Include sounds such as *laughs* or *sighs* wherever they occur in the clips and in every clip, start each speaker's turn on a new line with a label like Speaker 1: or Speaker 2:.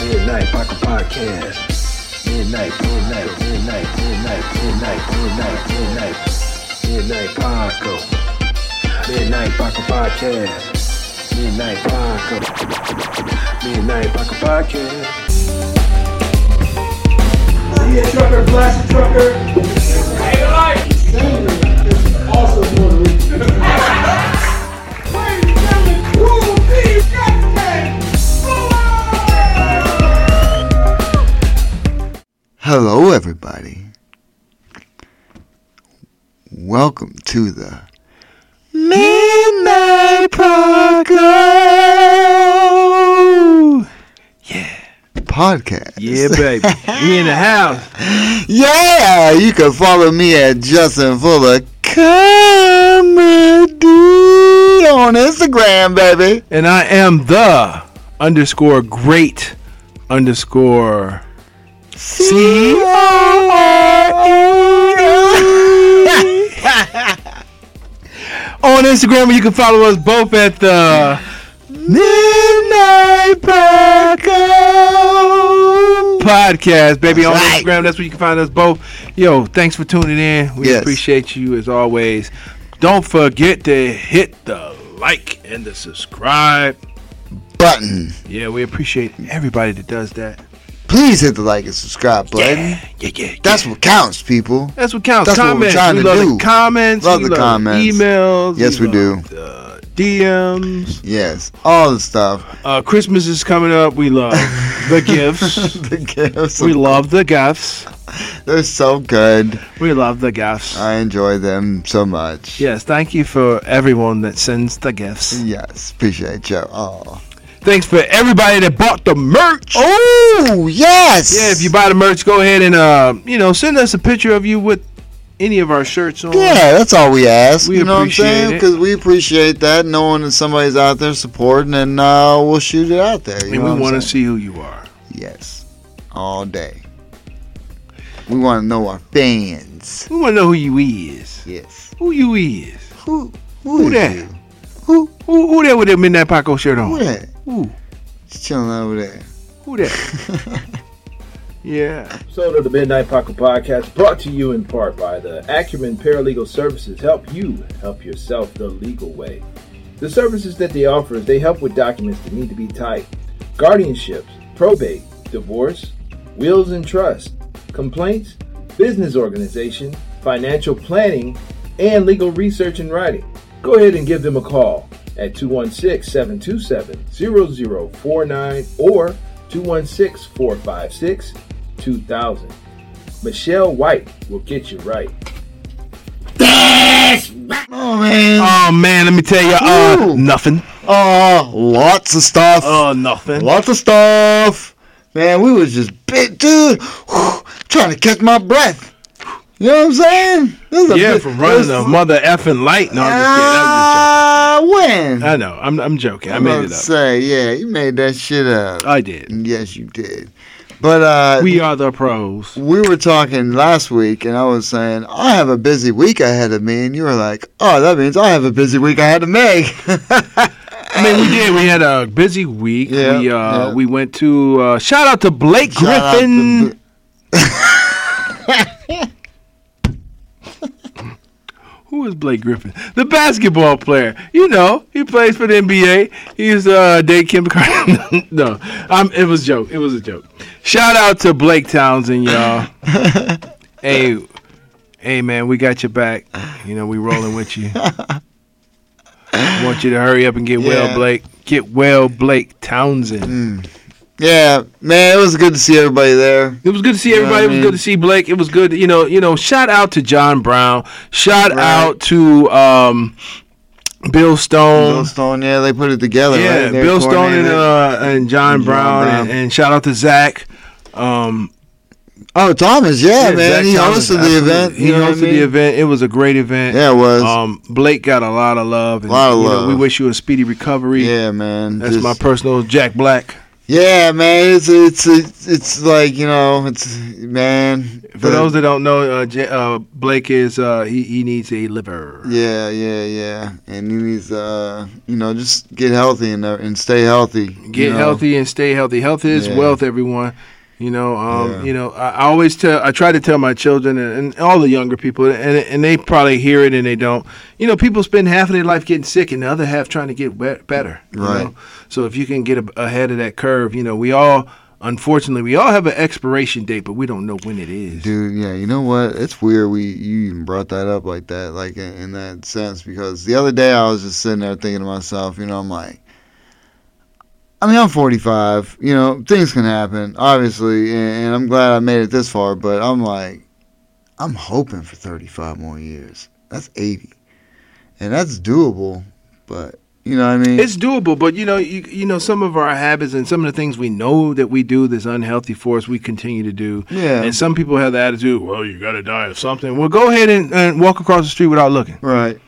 Speaker 1: Park Podcast. Midnight, midnight, midnight, midnight, midnight, midnight, midnight, midnight, Parko. Midnight Parko Podcast. Midnight Parko. Midnight Parko Podcast. See ya, trucker, blast trucker.
Speaker 2: Hello, everybody. Welcome to the Midnight Parker. Yeah, podcast.
Speaker 3: Yeah, baby. we in the house.
Speaker 2: yeah. You can follow me at Justin Fuller Comedy on Instagram, baby.
Speaker 3: And I am the underscore great underscore.
Speaker 2: C O R E.
Speaker 3: On Instagram, you can follow us both at the.
Speaker 2: Midnight Parker.
Speaker 3: podcast, baby.
Speaker 2: That's
Speaker 3: on
Speaker 2: right.
Speaker 3: Instagram, that's where you can find us both. Yo, thanks for tuning in. We
Speaker 2: Yes.
Speaker 3: appreciate you as always. Don't forget to hit the like and the subscribe.
Speaker 2: button.
Speaker 3: Yeah, we appreciate everybody that does that.
Speaker 2: Please hit the like and subscribe button.
Speaker 3: Yeah, yeah, yeah.
Speaker 2: That's what counts, people.
Speaker 3: That's what counts.
Speaker 2: That's what we're
Speaker 3: comments.
Speaker 2: trying
Speaker 3: we
Speaker 2: to
Speaker 3: love
Speaker 2: do.
Speaker 3: the comments.
Speaker 2: Love
Speaker 3: we
Speaker 2: the comments.
Speaker 3: Emails.
Speaker 2: Yes, we
Speaker 3: love, Uh, DMs.
Speaker 2: Yes, all the stuff. *laughs*
Speaker 3: Uh, Christmas is coming up. We love the gifts.
Speaker 2: the gifts.
Speaker 3: We love the gifts.
Speaker 2: They're so good.
Speaker 3: We love the gifts.
Speaker 2: I enjoy them so much.
Speaker 3: Yes, thank you for everyone that sends the gifts.
Speaker 2: Yes, appreciate you. Oh.
Speaker 3: Thanks for everybody that bought the merch.
Speaker 2: Oh, yes.
Speaker 3: Yeah, if you buy the merch, go ahead and uh, you know, send us a picture of you with any of our shirts on.
Speaker 2: Yeah, that's all we ask.
Speaker 3: We
Speaker 2: you know what I'm
Speaker 3: appreciate
Speaker 2: saying?
Speaker 3: it.
Speaker 2: Because we appreciate that, knowing that somebody's out there supporting, and uh, we'll shoot it out there. You
Speaker 3: and
Speaker 2: know
Speaker 3: we
Speaker 2: what I'm
Speaker 3: want to
Speaker 2: saying?
Speaker 3: see who you are.
Speaker 2: Yes, all day. We want to know our fans.
Speaker 3: We want to know who you is.
Speaker 2: Yes.
Speaker 3: Who you is.
Speaker 2: Who?
Speaker 3: Who
Speaker 2: is
Speaker 3: that?
Speaker 2: you?
Speaker 3: Who who who that with that midnight Paco shirt on?
Speaker 2: Who that?
Speaker 3: Who?
Speaker 2: Just chilling over there.
Speaker 3: Who that?
Speaker 4: *laughs*
Speaker 3: yeah.
Speaker 4: episode of the Midnight Pocket Podcast brought to you in part by the Acumen Paralegal Services. Help you help yourself the legal way. The services that they offer is they help with documents that need to be typed, guardianships, probate, divorce, wills and trust, complaints, business organization, financial planning, and legal research and writing. Go ahead and give them a call at 216 727 0049 or 216 456 2000. Michelle White will get you right.
Speaker 2: Oh man.
Speaker 3: Oh man, let me tell you, uh,
Speaker 2: Ooh. Uh,
Speaker 3: nothing.
Speaker 2: Oh, lots of stuff.
Speaker 3: Oh, nothing.
Speaker 2: lots of stuff. Man, we was just bit, dude. trying to catch my breath. You know what I'm saying? This is a
Speaker 3: Yeah,
Speaker 2: bit-
Speaker 3: from running
Speaker 2: this-
Speaker 3: a mother effing light. No, I'm just kidding. I'm
Speaker 2: Ah, when?
Speaker 3: just joking. I know. I'm, I'm joking. I
Speaker 2: I'm
Speaker 3: made
Speaker 2: about
Speaker 3: it
Speaker 2: to
Speaker 3: up.
Speaker 2: Say, yeah, you made that shit up.
Speaker 3: I did.
Speaker 2: yes, you did. But uh,
Speaker 3: We are the pros.
Speaker 2: we were talking last week, and I was saying I have a busy week ahead of me, and you were like, "Oh, that means I have a busy week ahead of me." *laughs*
Speaker 3: I mean, we did. We had a busy week.
Speaker 2: Yeah,
Speaker 3: we uh,
Speaker 2: yeah.
Speaker 3: we went to uh, shout out to Blake
Speaker 2: Shout out to
Speaker 3: Griffin. *laughs* Who is Blake Griffin? The basketball player. You know, he plays for the NBA. He's uh Dave Kim *laughs* Kardashian. no, I'm, it was a joke. It was a joke. Shout out to Blake Townsend, y'all. hey, hey, man, we got your back. You know, we rolling with
Speaker 2: *laughs*
Speaker 3: you. want you to hurry up and get
Speaker 2: Yeah. Mm.
Speaker 3: well, Blake. Get well, Blake Townsend.
Speaker 2: yeah, man, it was good to see everybody there.
Speaker 3: It was good to see
Speaker 2: You know what
Speaker 3: everybody.
Speaker 2: I
Speaker 3: It
Speaker 2: mean?
Speaker 3: was good to see Blake. It was good, you know. You know, shout out to John Brown. Shout
Speaker 2: Right.
Speaker 3: out to um, Bill Stone.
Speaker 2: Bill Stone, yeah, they put it together.
Speaker 3: yeah,
Speaker 2: right? They
Speaker 3: Bill Stone and uh,
Speaker 2: coordinated.
Speaker 3: and John,
Speaker 2: John
Speaker 3: Brown,
Speaker 2: Brown.
Speaker 3: And, and shout out to Zach. Um,
Speaker 2: oh Thomas, yeah,
Speaker 3: yeah,
Speaker 2: man,
Speaker 3: Zach
Speaker 2: he
Speaker 3: Thomas,
Speaker 2: hosted the
Speaker 3: absolutely.
Speaker 2: event. Uh,
Speaker 3: He
Speaker 2: you know
Speaker 3: hosted
Speaker 2: what I
Speaker 3: the
Speaker 2: mean?
Speaker 3: event. It was a great event.
Speaker 2: Yeah, it was.
Speaker 3: Um, Blake got a lot of love. And,
Speaker 2: Lot of
Speaker 3: you know,
Speaker 2: love.
Speaker 3: we wish you a speedy recovery.
Speaker 2: yeah, man,
Speaker 3: That's
Speaker 2: just-
Speaker 3: my personal Jack Black.
Speaker 2: *laughs* Yeah, man, it's it's it's, it's like you know, it's man.
Speaker 3: For those that don't know, uh, J- uh, Blake is uh, he he needs a liver.
Speaker 2: yeah, yeah, yeah, and he needs uh, you know, just get healthy and uh, and stay healthy. you
Speaker 3: Get
Speaker 2: know?
Speaker 3: healthy and stay healthy. Health is
Speaker 2: Yeah.
Speaker 3: wealth, everyone. You know, um,
Speaker 2: Yeah.
Speaker 3: you know, I, I always tell, I try to tell my children and, and all the younger people, and and they probably hear it and they don't. You know, people spend half of their life getting sick and the other half trying to get be- better. you
Speaker 2: Right.
Speaker 3: know? So if you can get a, ahead of that curve, you know, we all, unfortunately, we all have an expiration date, but we don't know when it is.
Speaker 2: Dude, yeah, you know what? It's weird we you even brought that up like that, like in, in that sense, because the other day I was just sitting there thinking to myself, you know, I'm like, I mean, I'm 45, you know, things can happen, obviously, and, and I'm glad I made it this far, but I'm like, I'm hoping for 35 more years. That's 80, and that's doable, but you know what I mean?
Speaker 3: It's doable, but you know, you, you know, some of our habits and some of the things we know that we do that's unhealthy for us, we continue to do.
Speaker 2: Yeah.
Speaker 3: And some people have the attitude, well, you got to die of something. Well, go ahead and, and walk across the street without looking.
Speaker 2: right.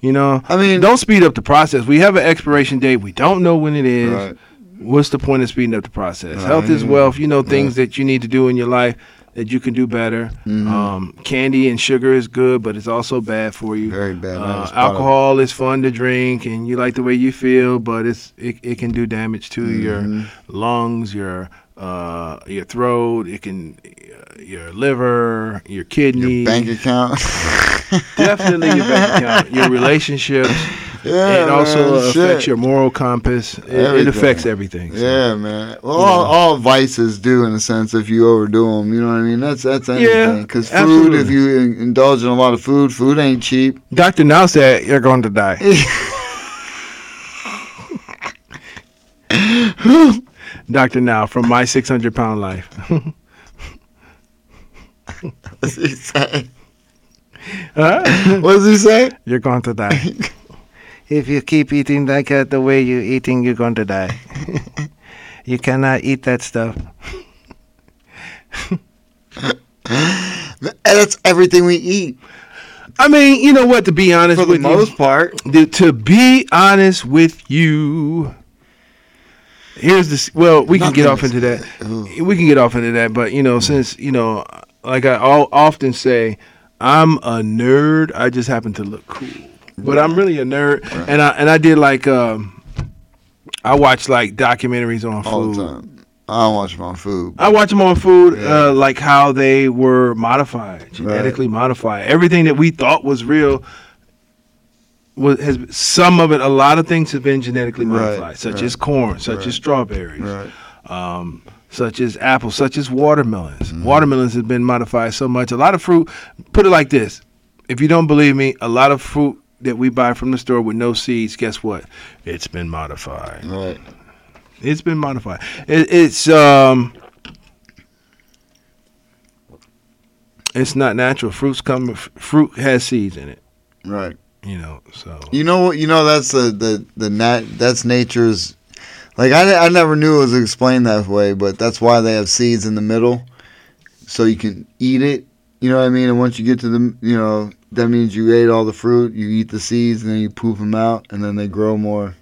Speaker 3: You know,
Speaker 2: I mean,
Speaker 3: don't speed up the process. We have an expiration date. We don't know when it is.
Speaker 2: Right.
Speaker 3: What's the point of speeding up the process?
Speaker 2: Right.
Speaker 3: Health is wealth. You know, things that you need to do in your life that you can do better.
Speaker 2: Mm-hmm.
Speaker 3: Um, candy and sugar is good, but it's also bad for you.
Speaker 2: Very bad. I
Speaker 3: Uh,
Speaker 2: just thought of-
Speaker 3: alcohol is fun to drink, and you like the way you feel, but it's it, it can do damage to
Speaker 2: Mm-hmm.
Speaker 3: your lungs, your uh, your throat. It can uh, your liver, your kidney,
Speaker 2: your bank account. *laughs*
Speaker 3: definitely your bank account, your relationships.
Speaker 2: yeah,
Speaker 3: it also
Speaker 2: man,
Speaker 3: affects
Speaker 2: shit.
Speaker 3: your moral compass. It, it
Speaker 2: Everything.
Speaker 3: affects everything. so.
Speaker 2: Yeah, man. Well, all, all vices do in a sense if you overdo them. You know what I mean? That's that's anything. Because food,
Speaker 3: absolutely.
Speaker 2: if you in- indulge in a lot of food, food ain't cheap. *laughs*
Speaker 3: Doctor now said you're going to die. Doctor now from my 600 pound life. *laughs*
Speaker 2: What's he say?
Speaker 3: Huh?
Speaker 2: What does he say?
Speaker 3: you're going to die. *laughs* if you keep eating like uh, the way you're eating, you're going to die. *laughs* you cannot eat that stuff.
Speaker 2: And That's everything we eat
Speaker 3: I mean, you know what? To be honest
Speaker 2: for the
Speaker 3: with you,
Speaker 2: most part.
Speaker 3: Dude, to be honest with you, here's this. Well, we can get off into
Speaker 2: Nothing
Speaker 3: that.
Speaker 2: is- Ooh.
Speaker 3: We can get off into that, but you know, since you know, like I all, often say, I'm a nerd. I just happen to look cool, but I'm really a nerd. And I and I did like um, I watch like documentaries on
Speaker 2: All
Speaker 3: food.
Speaker 2: the time. I don't watch my food.
Speaker 3: I watch them on food,
Speaker 2: Yeah.
Speaker 3: uh, like how they were modified, genetically modified. Everything that we thought was real was has some of it. A lot of things have been genetically
Speaker 2: Right,
Speaker 3: modified, such
Speaker 2: right,
Speaker 3: as corn, such
Speaker 2: right.
Speaker 3: as strawberries,
Speaker 2: Right.
Speaker 3: um, such as apples, such as watermelons.
Speaker 2: Mm-hmm.
Speaker 3: Watermelons have been modified so much. A lot of fruit. Put it like this: if you don't believe me, a lot of fruit that we buy from the store with no seeds, guess what? It's been modified.
Speaker 2: Right.
Speaker 3: It's been modified. It, it's um, it's not natural. Fruits come. f- Fruit has seeds in it.
Speaker 2: Right.
Speaker 3: You know. So
Speaker 2: You know what? You know that's the the the nat that's nature's. Like I, I never knew it was explained that way, but that's why they have seeds in the middle, so you can eat it. You know what I mean? And once you get to the, you know, that means you ate all the fruit. You eat the seeds, and then you poop them out, and then they grow more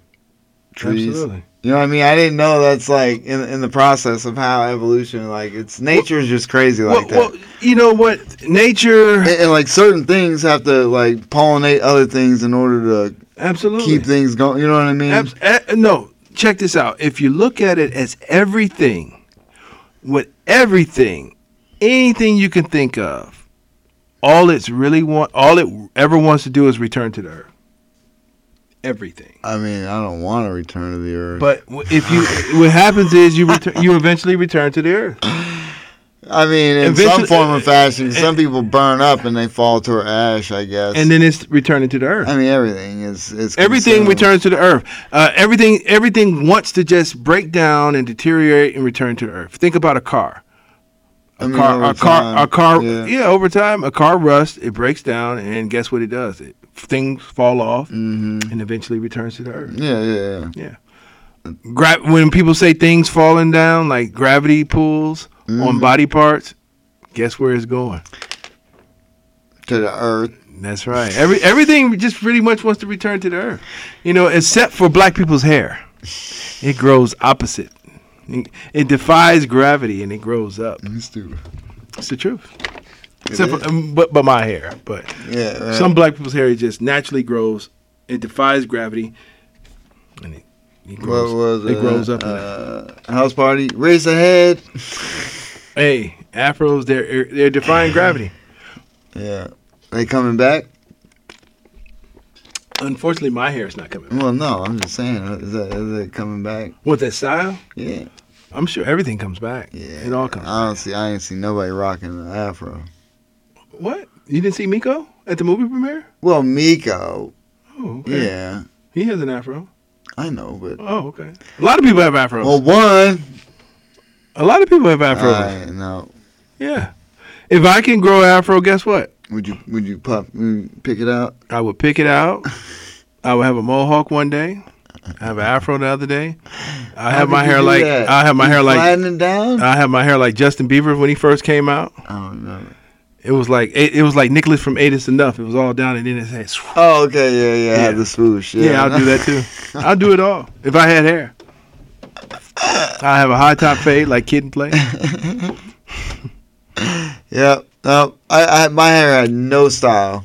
Speaker 2: trees.
Speaker 3: absolutely.
Speaker 2: You know what I mean? I didn't know that's like in in the process of how evolution, like it's nature's just crazy like that.
Speaker 3: well, well, you know what? Nature.
Speaker 2: and, and like certain things have to like pollinate other things in order to
Speaker 3: Absolutely.
Speaker 2: keep things going. You know what I mean?
Speaker 3: Abs- a- no, check this out. If you look at it as everything, with everything, anything you can think of, all it's really want, all it ever wants to do is return to the earth. Everything.
Speaker 2: I mean, I don't want to return to the earth.
Speaker 3: But w- if you, what happens is you return, you eventually return to the earth.
Speaker 2: I mean, in
Speaker 3: Eventually-
Speaker 2: some
Speaker 3: *laughs*
Speaker 2: form or fashion, some people burn up and they fall to her ash. I guess.
Speaker 3: and then it's returning to the
Speaker 2: I
Speaker 3: earth.
Speaker 2: mean, everything is is
Speaker 3: Everything
Speaker 2: consumed.
Speaker 3: returns to the earth. Uh, everything, everything wants to just break down and deteriorate and return to the earth. Think about a car.
Speaker 2: I
Speaker 3: A
Speaker 2: mean,
Speaker 3: car,
Speaker 2: over
Speaker 3: a car,
Speaker 2: time,
Speaker 3: a car.
Speaker 2: yeah.
Speaker 3: Yeah. over time, a car rusts. It breaks down, and guess what it does? It, things fall off,
Speaker 2: Mm-hmm.
Speaker 3: and eventually returns to the earth.
Speaker 2: Yeah, yeah, yeah.
Speaker 3: Gra- when people say things falling down, like gravity pulls
Speaker 2: Mm-hmm.
Speaker 3: on body parts, guess where it's going?
Speaker 2: To the earth.
Speaker 3: That's right. Every everything just pretty much wants to return to the earth, you know, except for black people's hair. It grows opposite. It defies gravity and it grows up.
Speaker 2: You stupid.
Speaker 3: It's the truth. Except for, um, but but my hair, but
Speaker 2: Yeah. Right.
Speaker 3: some black people's hair it just naturally grows. It defies gravity, and it, it
Speaker 2: What
Speaker 3: grows.
Speaker 2: was
Speaker 3: it grows up. in
Speaker 2: Uh, house party. Race ahead.
Speaker 3: Hey, afros, they're they're defying
Speaker 2: *laughs*
Speaker 3: gravity.
Speaker 2: Yeah. They coming back?
Speaker 3: Unfortunately, my hair is not coming. back.
Speaker 2: Well, no, I'm just saying. Is that, is that coming back?
Speaker 3: With that style,
Speaker 2: Yeah.
Speaker 3: I'm sure everything comes back.
Speaker 2: Yeah.
Speaker 3: it all comes.
Speaker 2: I don't see, I ain't seen nobody rocking an afro.
Speaker 3: what? You didn't see Miko at the movie premiere?
Speaker 2: Well, Miko.
Speaker 3: Oh, okay.
Speaker 2: Yeah.
Speaker 3: He has an afro.
Speaker 2: I know, but.
Speaker 3: Oh, okay. A lot of people have afros.
Speaker 2: Well, one.
Speaker 3: a lot of people have afros.
Speaker 2: I know.
Speaker 3: Yeah. If I can grow afro, guess what?
Speaker 2: Would you would you pop would you pick it out?
Speaker 3: I would pick it out. I would have a mohawk one day. I have an afro the other day. I
Speaker 2: How
Speaker 3: have
Speaker 2: did
Speaker 3: my
Speaker 2: you
Speaker 3: hair
Speaker 2: do
Speaker 3: like
Speaker 2: that?
Speaker 3: I have my
Speaker 2: You
Speaker 3: hair like uh,
Speaker 2: flatten it down.
Speaker 3: I have my hair like Justin Bieber when he first came out.
Speaker 2: I don't know.
Speaker 3: It was like it, it was like Nicholas from Eight Is Enough. It was all down and then it had. swoosh.
Speaker 2: Oh, okay, yeah, yeah, I had
Speaker 3: Yeah.
Speaker 2: the swoosh. Yeah,
Speaker 3: Yeah, I'll do that too. I'll do it all if I had hair. I have a high top fade like Kid and Play.
Speaker 2: *laughs* yep. No, I, I my hair had no style,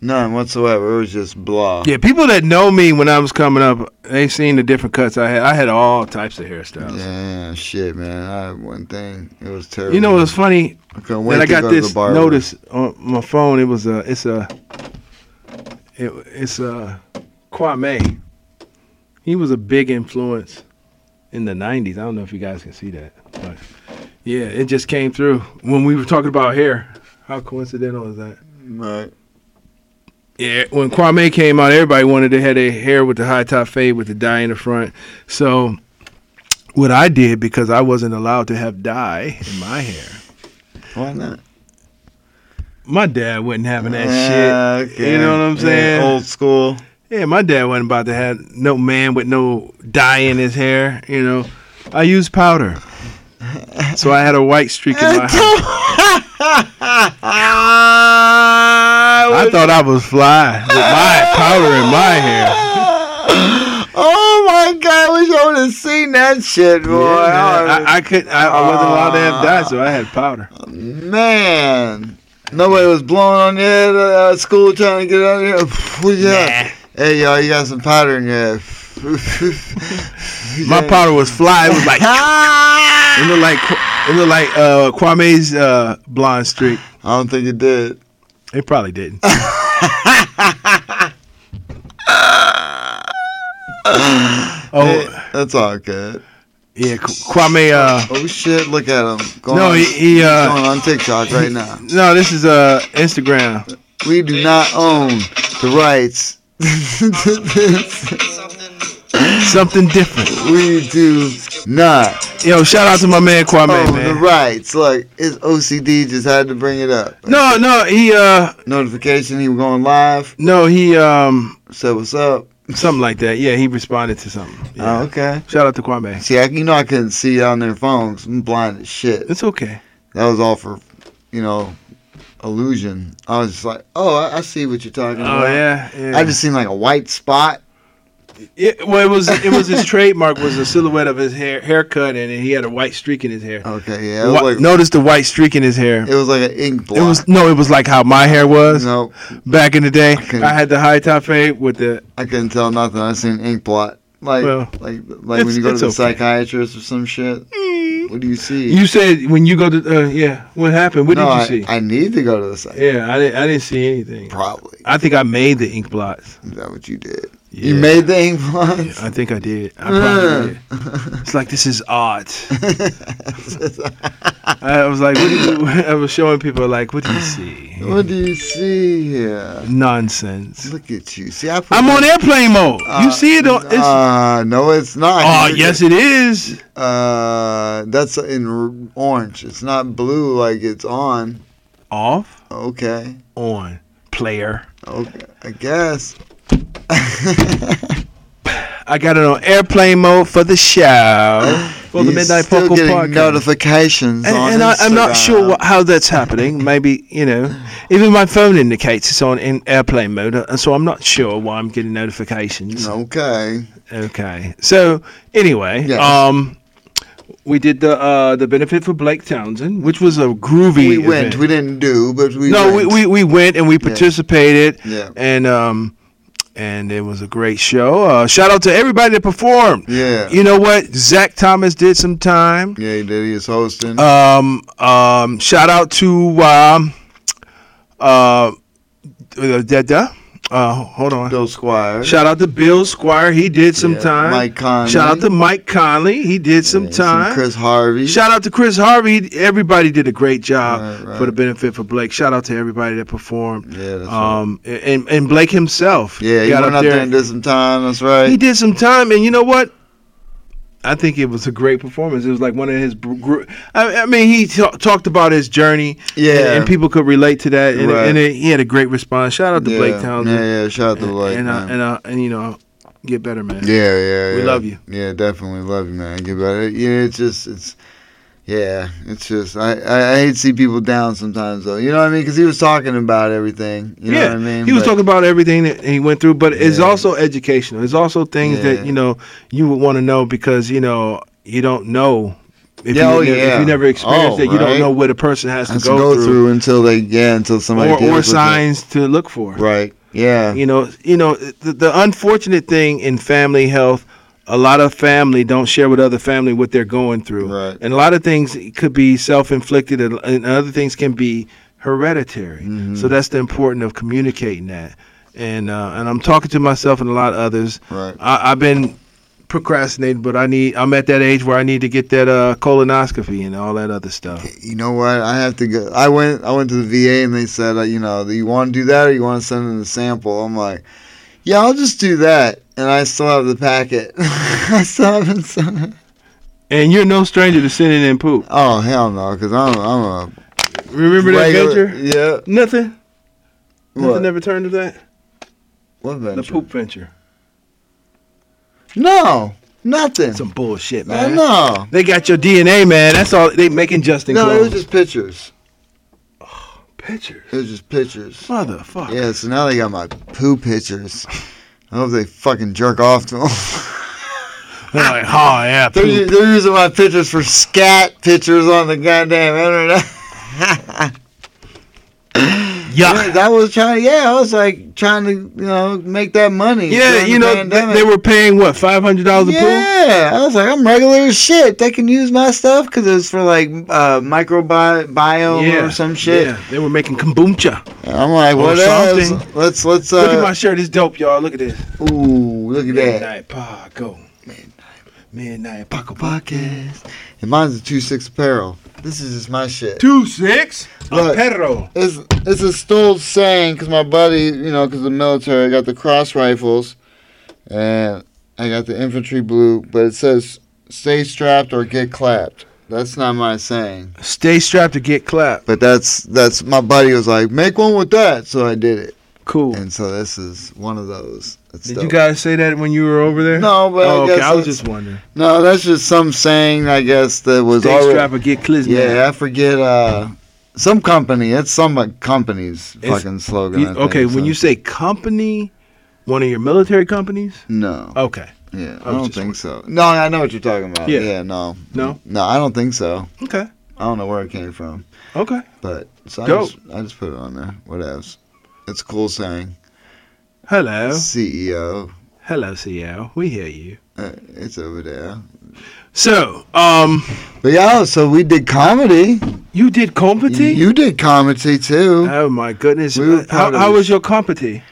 Speaker 2: none whatsoever. It was just blah.
Speaker 3: Yeah, people that know me when I was coming up, they seen the different cuts I had. I had all types of hairstyles.
Speaker 2: Yeah, shit, man. I had one thing. It was terrible.
Speaker 3: You know what's funny?
Speaker 2: I
Speaker 3: Then
Speaker 2: couldn't wait
Speaker 3: I
Speaker 2: to go
Speaker 3: got
Speaker 2: to
Speaker 3: this
Speaker 2: the barber.
Speaker 3: notice on my phone. It was a, it's a, it, it's a Kwame. He was a big influence in the '90s. I don't know if you guys can see that, but yeah, it just came through when we were talking about hair. How coincidental is that?
Speaker 2: Right.
Speaker 3: Yeah, when Kwame came out, everybody wanted to have their hair with the high top fade with the dye in the front. So, what I did because I wasn't allowed to have dye in my hair.
Speaker 2: Why not?
Speaker 3: My dad wasn't having that
Speaker 2: Yeah,
Speaker 3: shit. You know what I'm
Speaker 2: Ah, Yeah, oh.
Speaker 3: saying? Yeah,
Speaker 2: old school.
Speaker 3: my dad wasn't about to have no man with no dye in his hair. You know, I used powder, so I had a white streak in
Speaker 2: *laughs*
Speaker 3: my hair. I thought I was fly with my powder in my hair.
Speaker 2: *laughs* oh my god, I wish I would have seen that shit, boy.
Speaker 3: Yeah,
Speaker 2: Oh,
Speaker 3: man, I, I could. I, I wasn't allowed to have dye, so I had powder.
Speaker 2: Man, nobody was blowing on your head uh, at school trying to get out of here. *sighs* What you got? Hey, y'all, you got some powder in your head.
Speaker 3: My
Speaker 2: *laughs*
Speaker 3: powder was fly. It was like it
Speaker 2: I
Speaker 3: looked like it looked like uh, Kwame's uh, blonde streak.
Speaker 2: don't think it did.
Speaker 3: It probably
Speaker 2: *laughs*
Speaker 3: didn't. oh
Speaker 2: Hey, that's all good.
Speaker 3: yeah, K- Kwame. Uh,
Speaker 2: Oh shit, look at him. Going
Speaker 3: no,
Speaker 2: on,
Speaker 3: he, he
Speaker 2: he's
Speaker 3: uh,
Speaker 2: going on TikTok right now.
Speaker 3: no. This is uh Instagram.
Speaker 2: We do not own the rights. *laughs* to this.
Speaker 3: Something different.
Speaker 2: we do not
Speaker 3: Yo, shout out to my man Kwame,
Speaker 2: own Oh, the
Speaker 3: man.
Speaker 2: rights. Look, his OCD just had to bring it up.
Speaker 3: No, no, he uh,
Speaker 2: Notification, he was going live.
Speaker 3: no, he um,
Speaker 2: Said what's up.
Speaker 3: something like that. Yeah, he responded to something. Yeah.
Speaker 2: Oh, okay.
Speaker 3: Shout out to Kwame.
Speaker 2: See, I, you know I couldn't see on their phones. I'm blind as shit.
Speaker 3: It's okay.
Speaker 2: That was all for, you know, illusion. I was just like, oh, I, I see what you're talking
Speaker 3: Oh
Speaker 2: about.
Speaker 3: yeah, yeah.
Speaker 2: I just seen like a white spot.
Speaker 3: It, well, it was it was his *laughs* trademark was a silhouette of his hair haircut, and he had a white streak in his hair.
Speaker 2: Okay, Oh, yeah. It was
Speaker 3: Whi-
Speaker 2: like,
Speaker 3: notice the white streak in his hair.
Speaker 2: it was like an ink blot.
Speaker 3: It was no, it was like how my hair was
Speaker 2: no,
Speaker 3: back in the day.
Speaker 2: couldn't-
Speaker 3: I had the high top fade with the
Speaker 2: I couldn't tell nothing. I seen an ink blot. Like,
Speaker 3: Well,
Speaker 2: like, like when
Speaker 3: it's-
Speaker 2: you go to
Speaker 3: it's
Speaker 2: the
Speaker 3: okay. Mm.
Speaker 2: psychiatrist or some shit. What do you see?
Speaker 3: You said when you go to uh, yeah, what happened? What
Speaker 2: no,
Speaker 3: did you
Speaker 2: I,
Speaker 3: see?
Speaker 2: I need to go to the psychiatrist.
Speaker 3: yeah, I didn't I didn't see anything.
Speaker 2: Probably.
Speaker 3: I think I made the ink blots.
Speaker 2: Is that what you did? You
Speaker 3: Yeah.
Speaker 2: made the ink blots?
Speaker 3: I think I did. I
Speaker 2: Mm.
Speaker 3: probably did. It's like this is
Speaker 2: *laughs*
Speaker 3: art. I was like, what did you, *laughs* I was showing people like, what do you see?
Speaker 2: *laughs* what do you see here?
Speaker 3: Nonsense.
Speaker 2: Look at you. See, I put
Speaker 3: I'm on airplane mode. you
Speaker 2: Uh,
Speaker 3: see it on? It's,
Speaker 2: uh, no, it's not.
Speaker 3: oh
Speaker 2: Here it
Speaker 3: yes,
Speaker 2: is.
Speaker 3: it is.
Speaker 2: Uh, that's in r- orange. It's not blue like it's on.
Speaker 3: Off
Speaker 2: Okay.
Speaker 3: on player.
Speaker 2: Okay. I guess.
Speaker 3: I got it on airplane mode for the show *gasps* for the
Speaker 2: You're
Speaker 3: Midnight
Speaker 2: still
Speaker 3: Poco
Speaker 2: getting
Speaker 3: podcast.
Speaker 2: notifications
Speaker 3: and
Speaker 2: on
Speaker 3: and I, I'm not
Speaker 2: Instagram.
Speaker 3: sure what, how that's happening. Maybe you
Speaker 2: *sighs*
Speaker 3: know, even my phone indicates it's on in airplane mode, and so I'm not sure why I'm getting notifications.
Speaker 2: Okay.
Speaker 3: Okay. So anyway,
Speaker 2: Yes.
Speaker 3: um, we did the uh, the benefit for Blake Townsend, which was a groovy.
Speaker 2: We went.
Speaker 3: event.
Speaker 2: We didn't do, but we
Speaker 3: no,
Speaker 2: went.
Speaker 3: we, we we went and we participated,
Speaker 2: Yeah.
Speaker 3: and um, and it was a great show. Uh, shout out to everybody that performed.
Speaker 2: Yeah.
Speaker 3: You know what? Zach Thomas did some time.
Speaker 2: Yeah, he did. He was hosting.
Speaker 3: Um, um, shout out to um, uh, uh, da- da- uh, hold on.
Speaker 2: Bill Squire.
Speaker 3: Shout out to Bill Squire. He did some
Speaker 2: Yeah,
Speaker 3: time.
Speaker 2: Mike Conley.
Speaker 3: Shout out to Mike Conley. He did some
Speaker 2: Yeah,
Speaker 3: time.
Speaker 2: Chris Harvey.
Speaker 3: Shout out to Chris Harvey. Everybody did a great job
Speaker 2: Right, right.
Speaker 3: for the benefit for Blake. Shout out to everybody that performed.
Speaker 2: Yeah, that's right.
Speaker 3: Um, and and Blake himself.
Speaker 2: Yeah, he
Speaker 3: got
Speaker 2: went
Speaker 3: up
Speaker 2: out there and did some time. That's right.
Speaker 3: he did some time, and you know what? I think it was a great performance. It was like one of his. br- gr- I, I mean, he ta- talked about his journey,
Speaker 2: Yeah.
Speaker 3: and, and people could relate to that, and,
Speaker 2: Right.
Speaker 3: and it, he had a great response. Shout out to
Speaker 2: yeah.
Speaker 3: Blake Townsend,
Speaker 2: Yeah, yeah. Shout out to Blake.
Speaker 3: and
Speaker 2: man.
Speaker 3: uh, and uh, and you know, get better, man.
Speaker 2: yeah, yeah,
Speaker 3: We
Speaker 2: yeah.
Speaker 3: love you.
Speaker 2: Yeah, definitely love you, man. Get better. Yeah, it's just it's. Yeah, it's just I, I, I hate to see people down sometimes though. You know what I mean? Because he was talking about everything. You know what I mean?
Speaker 3: He was
Speaker 2: But-
Speaker 3: talking about everything that he went through, but it's
Speaker 2: Yeah.
Speaker 3: also educational. It's also things
Speaker 2: Yeah.
Speaker 3: that, you know, you would want to know because, you know, you don't know. If,
Speaker 2: Yeah,
Speaker 3: you,
Speaker 2: oh,
Speaker 3: ne- if
Speaker 2: yeah.
Speaker 3: you never experienced
Speaker 2: Oh,
Speaker 3: it, you
Speaker 2: right.
Speaker 3: don't know what a person has to,
Speaker 2: has
Speaker 3: go, through,
Speaker 2: until they yeah until somebody
Speaker 3: or,
Speaker 2: deals
Speaker 3: or
Speaker 2: with it.
Speaker 3: signs to look for.
Speaker 2: Right. Yeah.
Speaker 3: You know, you know, the, the unfortunate thing in family health, a lot of family don't share with other family what they're going through.
Speaker 2: Right.
Speaker 3: And a lot of things could be self-inflicted and, and other things can be hereditary.
Speaker 2: Mm-hmm.
Speaker 3: So that's the importance of communicating that. And uh, and I'm talking to myself and a lot of others.
Speaker 2: Right.
Speaker 3: I, I've been procrastinating, but I need I'm at that age where I need to get that uh, colonoscopy and all that other stuff.
Speaker 2: you know what? I have to go. I went. I went to the VA and they said, uh, you know, do you want to do that or you want to send in a sample? I'm like, yeah, I'll just do that. And I still have the packet. *laughs* I still haven't sent it.
Speaker 3: And you're no stranger to sitting in poop.
Speaker 2: Oh hell no, because I'm I'm a
Speaker 3: Remember that
Speaker 2: regular-
Speaker 3: venture?
Speaker 2: Yeah.
Speaker 3: Nothing.
Speaker 2: What?
Speaker 3: Nothing ever turned to that.
Speaker 2: what
Speaker 3: The
Speaker 2: venture?
Speaker 3: poop venture.
Speaker 2: No, nothing.
Speaker 3: Some bullshit,
Speaker 2: I
Speaker 3: man.
Speaker 2: know.
Speaker 3: They got your DNA, man. That's all they making Justin
Speaker 2: No, it
Speaker 3: clones.
Speaker 2: was just pictures.
Speaker 3: pictures.
Speaker 2: It was just pictures.
Speaker 3: Motherfucker.
Speaker 2: Yeah, so now they got my poo pictures. I hope they fucking jerk
Speaker 3: *laughs*
Speaker 2: off to them.
Speaker 3: They're *laughs* like, oh yeah,
Speaker 2: They're,
Speaker 3: poop.
Speaker 2: they're using my pictures for scat pictures on the goddamn internet. *laughs*
Speaker 3: yuck.
Speaker 2: that was trying. Yeah, I was like trying to, you know, make that money.
Speaker 3: Yeah,
Speaker 2: during
Speaker 3: you
Speaker 2: the
Speaker 3: know th-
Speaker 2: pandemic.
Speaker 3: they were paying what five hundred dollars a pool.
Speaker 2: Yeah, I was like, I'm regular as shit. They can use my stuff because it was for like uh, microbiome or some shit. Uh,
Speaker 3: Yeah, they were making kombucha.
Speaker 2: I'm like,
Speaker 3: Or
Speaker 2: what else?
Speaker 3: something.
Speaker 2: Let's let's.
Speaker 3: Look at my
Speaker 2: Uh,
Speaker 3: shirt. It's dope, y'all. Look at this.
Speaker 2: ooh, look at that.
Speaker 3: Midnight Paco. Midnight Paco.
Speaker 2: Podcast. And mine's a two six apparel. This is just my shit.
Speaker 3: Two six.
Speaker 2: Look.
Speaker 3: Perro.
Speaker 2: It's it's a stole saying because my buddy, you know, because the military I got the cross rifles, and I got the infantry blue, but it says "stay strapped or get clapped." That's not my saying,
Speaker 3: Stay strapped to get clapped.
Speaker 2: but that's that's my buddy was like, "Make one with that," so I did it,
Speaker 3: Cool.
Speaker 2: and so this is one of those. That's
Speaker 3: Did
Speaker 2: dope.
Speaker 3: you guys say that when you were over there?
Speaker 2: No, but I
Speaker 3: Oh, okay.
Speaker 2: guess
Speaker 3: I was
Speaker 2: it's-
Speaker 3: just wondering.
Speaker 2: no, that's just some saying I guess that was
Speaker 3: Stay
Speaker 2: already.
Speaker 3: strapped or get clizzed.
Speaker 2: Yeah, I forget. uh some company, it's some uh, company's
Speaker 3: It's-
Speaker 2: fucking slogan.
Speaker 3: You-
Speaker 2: I think,
Speaker 3: okay, when
Speaker 2: so-
Speaker 3: you say company, one of your military companies?
Speaker 2: no,
Speaker 3: Okay.
Speaker 2: Yeah,
Speaker 3: I
Speaker 2: I,
Speaker 3: was
Speaker 2: don't
Speaker 3: just
Speaker 2: think so. No, I know what you're talking about.
Speaker 3: Yeah.
Speaker 2: Yeah. no.
Speaker 3: No?
Speaker 2: No, I don't think so.
Speaker 3: Okay.
Speaker 2: I don't know where it came from,
Speaker 3: Okay.
Speaker 2: but so I
Speaker 3: Dope.
Speaker 2: just I just put it on there. What else? It's a cool saying.
Speaker 3: Hello.
Speaker 2: CEO,
Speaker 3: Hello, CL. We hear you.
Speaker 2: uh, it's over there.
Speaker 3: So, um,
Speaker 2: But yeah, so we did comedy.
Speaker 3: you did company?
Speaker 2: You did comedy too.
Speaker 3: oh my goodness.
Speaker 2: We were
Speaker 3: how,
Speaker 2: part of
Speaker 3: how
Speaker 2: this.
Speaker 3: was your company?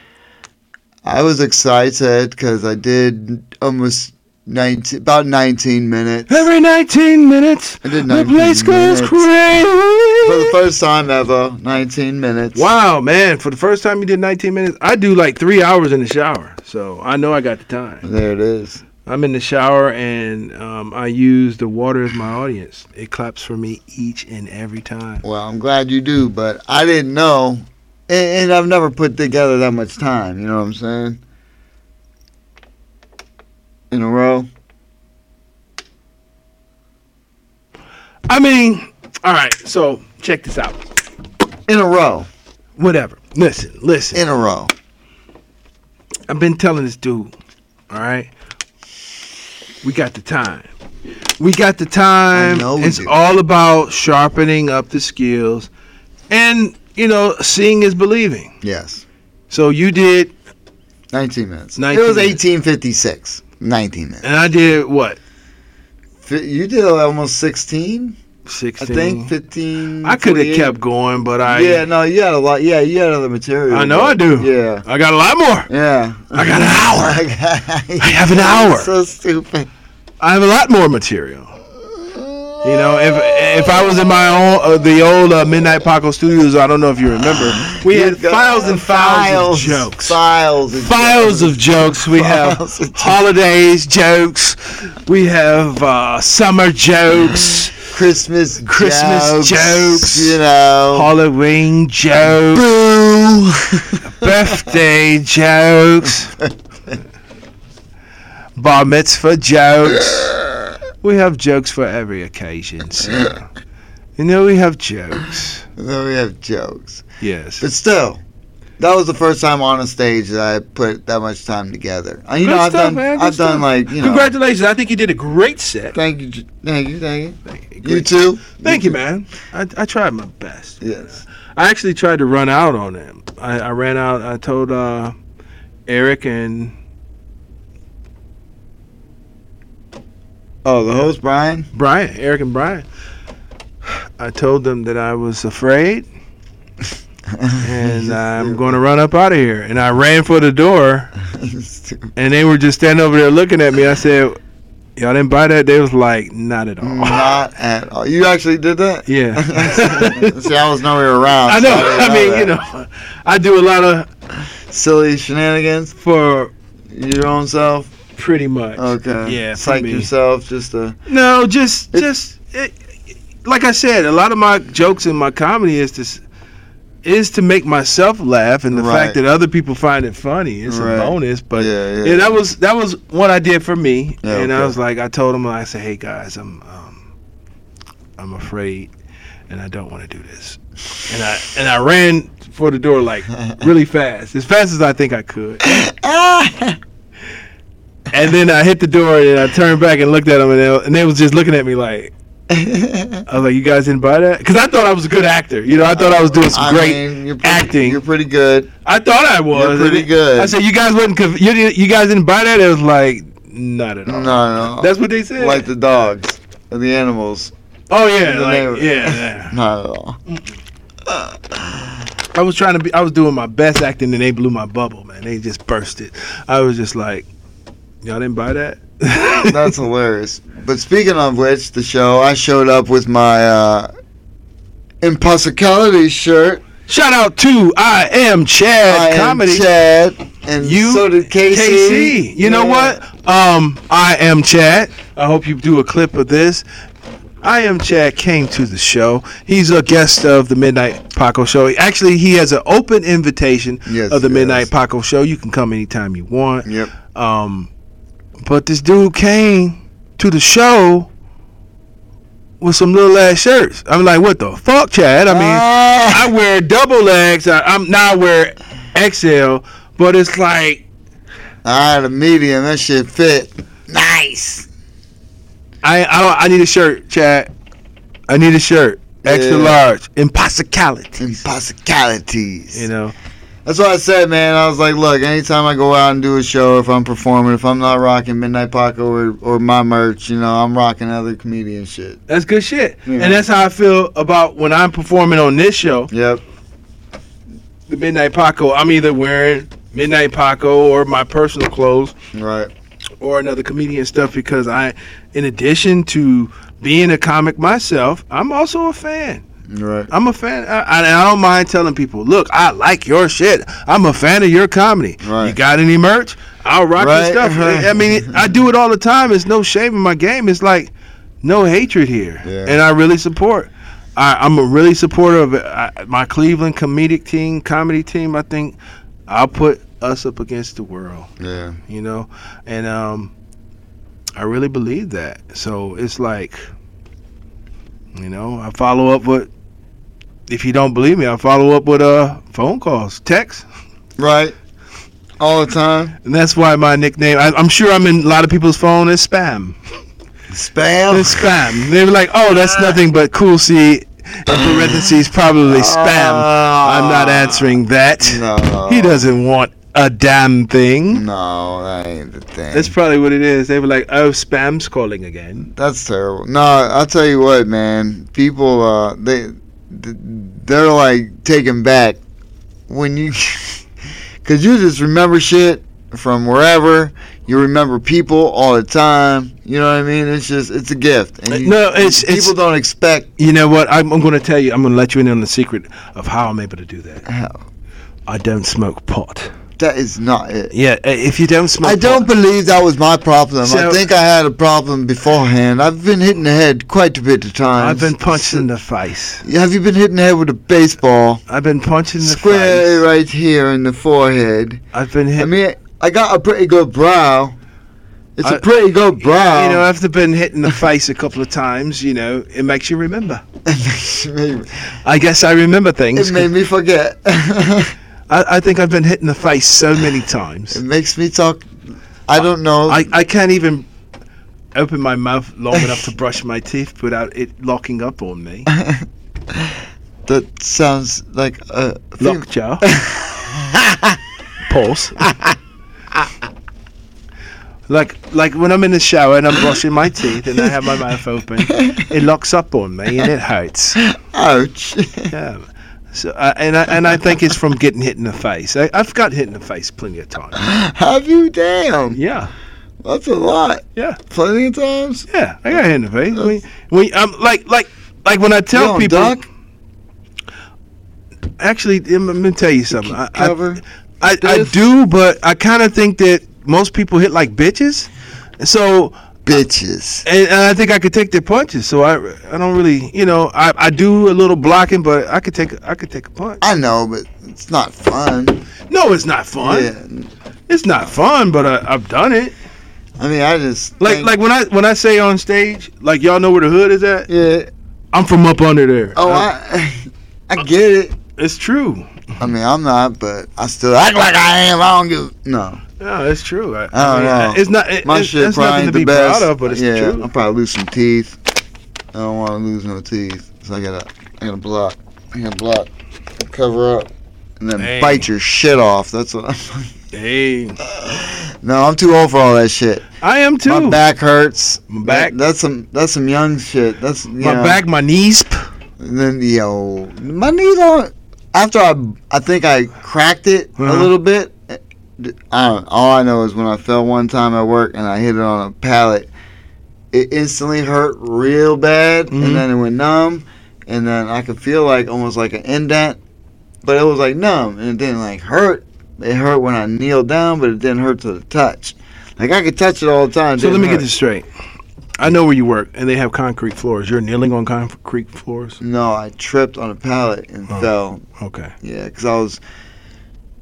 Speaker 2: I was excited because I did almost nineteen, about nineteen minutes.
Speaker 3: Every 19 minutes,
Speaker 2: I did
Speaker 3: the
Speaker 2: 19
Speaker 3: place goes
Speaker 2: minutes. For the
Speaker 3: crazy.
Speaker 2: first time ever, nineteen minutes.
Speaker 3: Wow, man. For the first time you did 19 minutes, I do like three hours in the shower. So I know I got the time.
Speaker 2: There it is.
Speaker 3: I'm in the shower and um, I use the water as my audience. It claps for me each and every time.
Speaker 2: Well, I'm glad you do, but I didn't know, and, and I've never put together that much time. You know what I'm saying? In a row.
Speaker 3: I mean, all right. So check this out.
Speaker 2: In a row.
Speaker 3: Whatever. Listen, listen.
Speaker 2: In a row.
Speaker 3: I've been telling this dude. All right. We got the time. We got the time.
Speaker 2: I know we
Speaker 3: it's
Speaker 2: do.
Speaker 3: all about sharpening up the skills, and you know, seeing is believing.
Speaker 2: Yes.
Speaker 3: So you did
Speaker 2: 19 minutes.
Speaker 3: 19
Speaker 2: it was
Speaker 3: minutes.
Speaker 2: 1856. 19 minutes.
Speaker 3: And I did what?
Speaker 2: Fi- You did almost 16,
Speaker 3: 16.
Speaker 2: I think. 15.
Speaker 3: I could have
Speaker 2: 48.
Speaker 3: kept going, but I
Speaker 2: Yeah, no, you had a lot. Yeah, you had other material.
Speaker 3: I know
Speaker 2: but-
Speaker 3: I do.
Speaker 2: Yeah.
Speaker 3: I got a lot more.
Speaker 2: Yeah.
Speaker 3: I got an hour.
Speaker 2: *laughs* I
Speaker 3: have an hour.
Speaker 2: So stupid.
Speaker 3: I have a lot more material. You know, if if I was in my own uh, the old uh, Midnight Paco Studios, I don't know if you
Speaker 2: *gasps*
Speaker 3: remember, we had
Speaker 2: You've got
Speaker 3: files and files, of jokes.
Speaker 2: Files and
Speaker 3: Files of jokes. We have
Speaker 2: Files of jokes.
Speaker 3: holidays jokes. We have uh, summer
Speaker 2: *laughs*
Speaker 3: jokes,
Speaker 2: Christmas
Speaker 3: Christmas
Speaker 2: jokes,
Speaker 3: jokes.
Speaker 2: You know.
Speaker 3: Halloween jokes,
Speaker 2: Boo. *laughs*
Speaker 3: birthday jokes, bar mitzvah jokes. We have jokes for every occasion. So. You know, we have jokes.
Speaker 2: then we have jokes.
Speaker 3: Yes.
Speaker 2: But still, that was the first time on a stage that I put that much time together. Uh, You know,
Speaker 3: Good
Speaker 2: I've
Speaker 3: stuff,
Speaker 2: done,
Speaker 3: man. Good
Speaker 2: I've done
Speaker 3: stuff.
Speaker 2: like you know.
Speaker 3: Congratulations. I think you did a great set.
Speaker 2: Thank you, J- thank you, thank you.
Speaker 3: Thank
Speaker 2: You too.
Speaker 3: Thank you, man. I, I tried my best.
Speaker 2: Yes.
Speaker 3: I actually tried to run out on him. I, I ran out. I told uh, Eric and
Speaker 2: Oh, the host Brian.
Speaker 3: Brian, Eric and Brian. I told them that I was afraid
Speaker 2: *laughs*
Speaker 3: and uh, I'm going to run up out of here. And I ran for the door and they were just standing over there looking at me. I said, Y'all didn't buy that? They was like, Not at all.
Speaker 2: Not at all. You actually did
Speaker 3: *laughs*
Speaker 2: that? *laughs*
Speaker 3: Yeah. *laughs*
Speaker 2: See, I was nowhere around.
Speaker 3: I
Speaker 2: so
Speaker 3: know. *laughs*
Speaker 2: didn't
Speaker 3: I mean,
Speaker 2: that.
Speaker 3: you know, I do a lot of
Speaker 2: silly shenanigans.
Speaker 3: for
Speaker 2: Your own self.
Speaker 3: pretty much.
Speaker 2: Okay.
Speaker 3: Yeah. for
Speaker 2: Psych
Speaker 3: me.
Speaker 2: yourself.
Speaker 3: *laughs*
Speaker 2: Just a.
Speaker 3: No, just
Speaker 2: It-
Speaker 3: just it, like I said, a lot of my jokes in my comedy is to s- is to make myself laugh, and the
Speaker 2: Right.
Speaker 3: fact that other people find it funny is
Speaker 2: Right.
Speaker 3: a bonus. But
Speaker 2: Yeah, yeah.
Speaker 3: that was that was what I did for me,
Speaker 2: Yeah,
Speaker 3: and
Speaker 2: okay.
Speaker 3: I was like, I told them, I said, hey guys, I'm um, I'm afraid, and I don't want to do this, and I and I ran for the door
Speaker 2: *laughs*
Speaker 3: like really fast, as fast as I think I could. And then I hit the door and I turned back and looked at them and they, and they was just looking at me like, I was like, you guys didn't buy that? Because I thought I was a good actor. You know, I thought I was doing some
Speaker 2: I
Speaker 3: great
Speaker 2: mean, you're pretty,
Speaker 3: acting.
Speaker 2: You're pretty good.
Speaker 3: I thought I was.
Speaker 2: You're pretty
Speaker 3: And
Speaker 2: good.
Speaker 3: I said, you guys wasn't. Conv- you, didn't- you guys didn't buy that? It was like, not at all.
Speaker 2: No, no.
Speaker 3: That's what they said.
Speaker 2: like the dogs, or the animals.
Speaker 3: oh yeah,
Speaker 2: the neighbor.
Speaker 3: like, yeah, yeah.
Speaker 2: Not at all.
Speaker 3: I was trying to be. I was doing my best acting and they blew my bubble, man. They just burst it. I was just like, y'all didn't buy that.
Speaker 2: That's hilarious. But speaking of which, the show I showed up with my uh, impossibility shirt.
Speaker 3: *laughs* Shout out to I am
Speaker 2: I
Speaker 3: Chad
Speaker 2: am
Speaker 3: comedy.
Speaker 2: Chad, and
Speaker 3: You
Speaker 2: so did Casey.
Speaker 3: KC. You know
Speaker 2: Yeah.
Speaker 3: what? Um, I am Chad. I hope you do a clip of this. I am Chad came to the show. He's a guest of the Midnight Paco show. Actually, he has an open invitation
Speaker 2: Yes,
Speaker 3: of the
Speaker 2: he
Speaker 3: Midnight
Speaker 2: does.
Speaker 3: Paco show. You can come anytime you want.
Speaker 2: Yep.
Speaker 3: Um, but this dude came to the show with some little ass shirts. I'm like, what the fuck, Chad? I mean,
Speaker 2: Ah.
Speaker 3: I wear double legs. I, I'm now I wear XL, but it's like
Speaker 2: I had a medium. That shit fit. Nice.
Speaker 3: I I don't I need a shirt, Chad. I need a shirt. Extra
Speaker 2: Yeah.
Speaker 3: large. Impossibility.
Speaker 2: Impossibilities.
Speaker 3: You know.
Speaker 2: That's what I said, man. I was like, look, anytime I go out and do a show, if I'm performing, if I'm not rocking Midnight Paco or, or my merch, you know, I'm rocking other comedian shit.
Speaker 3: That's good shit.
Speaker 2: Yeah.
Speaker 3: And that's how I feel about when I'm performing on this show,
Speaker 2: Yep.
Speaker 3: the Midnight Paco. I'm either wearing Midnight Paco or my personal clothes
Speaker 2: Right.
Speaker 3: or another comedian stuff because I in addition to being a comic myself, I'm also a fan.
Speaker 2: Right.
Speaker 3: I'm a fan. I, I, I don't mind telling people, look, I like your shit. I'm a fan of your comedy.
Speaker 2: Right.
Speaker 3: You got any merch? I'll rock your
Speaker 2: Right,
Speaker 3: stuff.
Speaker 2: *laughs* right.
Speaker 3: I mean, I do it all the time. It's no shame in my game. It's like no hatred here,
Speaker 2: Yeah.
Speaker 3: and I really support. I, I'm a really supporter of uh, my Cleveland comedic team, comedy team. I think I'll put us up against the world
Speaker 2: Yeah.
Speaker 3: you know and um i really believe that so it's like you know i follow up with if you don't believe me i follow up with uh phone calls texts
Speaker 2: Right. All the time.
Speaker 3: and that's why my nickname I, i'm sure i'm in a lot of people's phone is spam
Speaker 2: Spam. Oh.
Speaker 3: it's spam they were like oh that's nothing but cool c in parentheses probably spam i'm not answering that
Speaker 2: Ah. No. Mm.
Speaker 3: he doesn't want a damn thing.
Speaker 2: No, that ain't the thing.
Speaker 3: That's probably what it is. They were like, "Oh, spam's calling again."
Speaker 2: That's terrible. No, I'll tell you what, man. People, uh, they, they're like taken back when you, *laughs* cause you just remember shit from wherever. You remember people all the time. You know what I mean? It's just, it's a gift. And you,
Speaker 3: No, it's-
Speaker 2: people
Speaker 3: it's-
Speaker 2: don't expect.
Speaker 3: You know what? I'm, I'm going to tell you. I'm going to let you in on the secret of how I'm able to do that.
Speaker 2: How?
Speaker 3: I don't smoke pot.
Speaker 2: That is not it.
Speaker 3: Yeah, uh, if you don't smoke,
Speaker 2: I don't
Speaker 3: pot-
Speaker 2: believe that was my problem. I
Speaker 3: So-
Speaker 2: think I had a problem beforehand. I've been hitting the head quite a bit of times.
Speaker 3: I've been punched in the face.
Speaker 2: Have you been hitting the head with a baseball?
Speaker 3: I've been punched in the
Speaker 2: Square
Speaker 3: face.
Speaker 2: right here in the forehead.
Speaker 3: I've been hit.
Speaker 2: I mean, I got a pretty good brow. It's a
Speaker 3: I-
Speaker 2: pretty good brow.
Speaker 3: You know, after been hit in the face a couple of times, you know, it makes you remember.
Speaker 2: *laughs* it, made, me-
Speaker 3: I guess I remember things.
Speaker 2: it made me forget. *laughs* it
Speaker 3: I, I think I've been hit in the face so
Speaker 2: *sighs*
Speaker 3: many times.
Speaker 2: makes me talk. I don't know.
Speaker 3: I, I can't even open my mouth long enough to brush my teeth without it locking up on me.
Speaker 2: that sounds like a. *laughs*
Speaker 3: Lockjaw. *laughs* Pause. like like when I'm in the shower and I'm brushing my teeth and I have my mouth open, it locks up on me and it hurts.
Speaker 2: Ouch. *laughs*
Speaker 3: Yeah. So uh, and I, and I think it's from getting hit in the face. I, I've got hit in the face plenty of times.
Speaker 2: Have you? Damn.
Speaker 3: Yeah.
Speaker 2: That's a lot.
Speaker 3: Yeah.
Speaker 2: Plenty of times.
Speaker 3: Yeah, I got hit in the face. We, we, um, like, like, like when I tell
Speaker 2: on
Speaker 3: people.
Speaker 2: doc?
Speaker 3: Actually, I'm, I'm gonna tell you something. I, I,
Speaker 2: Cover.
Speaker 3: I, I
Speaker 2: this?
Speaker 3: do, but I kind of think that most people hit like bitches. So,
Speaker 2: Bitches.
Speaker 3: and, and I think I could take their punches. So I, I don't really, you know, I, I do a little blocking, but I could take, I could take a punch.
Speaker 2: I know, but it's not fun.
Speaker 3: No, it's not fun.
Speaker 2: Yeah.
Speaker 3: It's not fun, but I, I've done it.
Speaker 2: I mean, I just.
Speaker 3: Like,
Speaker 2: think-
Speaker 3: like when I, when I say on stage, like y'all know where the hood is at.
Speaker 2: Yeah.
Speaker 3: I'm from up under there.
Speaker 2: Oh,
Speaker 3: Uh,
Speaker 2: I. *laughs* I get it.
Speaker 3: it's true.
Speaker 2: I mean, I'm not, but I still act like I am. I don't give. No.
Speaker 3: No, it's true. I,
Speaker 2: I don't
Speaker 3: mean,
Speaker 2: know.
Speaker 3: It's not. It,
Speaker 2: My
Speaker 3: it's,
Speaker 2: shit
Speaker 3: it's nothing
Speaker 2: probably ain't
Speaker 3: to
Speaker 2: the
Speaker 3: be
Speaker 2: best.
Speaker 3: proud of, but it's
Speaker 2: yeah,
Speaker 3: true.
Speaker 2: I'll probably lose some teeth. I don't want to lose no teeth, so I gotta, I gotta block, I gotta block, cover up, and then
Speaker 3: Hey.
Speaker 2: bite your shit off. That's what. I'm, *laughs*
Speaker 3: Hey,
Speaker 2: no, I'm too old for all that shit.
Speaker 3: I am too.
Speaker 2: My back hurts.
Speaker 3: My back-
Speaker 2: That- that's some. That's some young shit. That's you
Speaker 3: My
Speaker 2: know,
Speaker 3: back, my knees. p-
Speaker 2: And then yo, my knee don't. After I, I think I cracked it
Speaker 3: Uh-huh.
Speaker 2: a little bit. I don't, all I know is when I fell one time at work and I hit it on a pallet, it instantly hurt real bad,
Speaker 3: Mhm.
Speaker 2: and then it went numb, and then I could feel like almost like an indent, but it was like numb and it didn't like hurt. It hurt when I kneeled down, but it didn't hurt to the touch. Like I could touch it all the time. it
Speaker 3: So let
Speaker 2: didn't
Speaker 3: me get
Speaker 2: hurt.
Speaker 3: this straight. I know where you work, and they have concrete floors. You're kneeling on concrete floors.
Speaker 2: No, I tripped on a pallet and
Speaker 3: Oh.
Speaker 2: fell.
Speaker 3: Okay.
Speaker 2: Yeah, 'cause I was,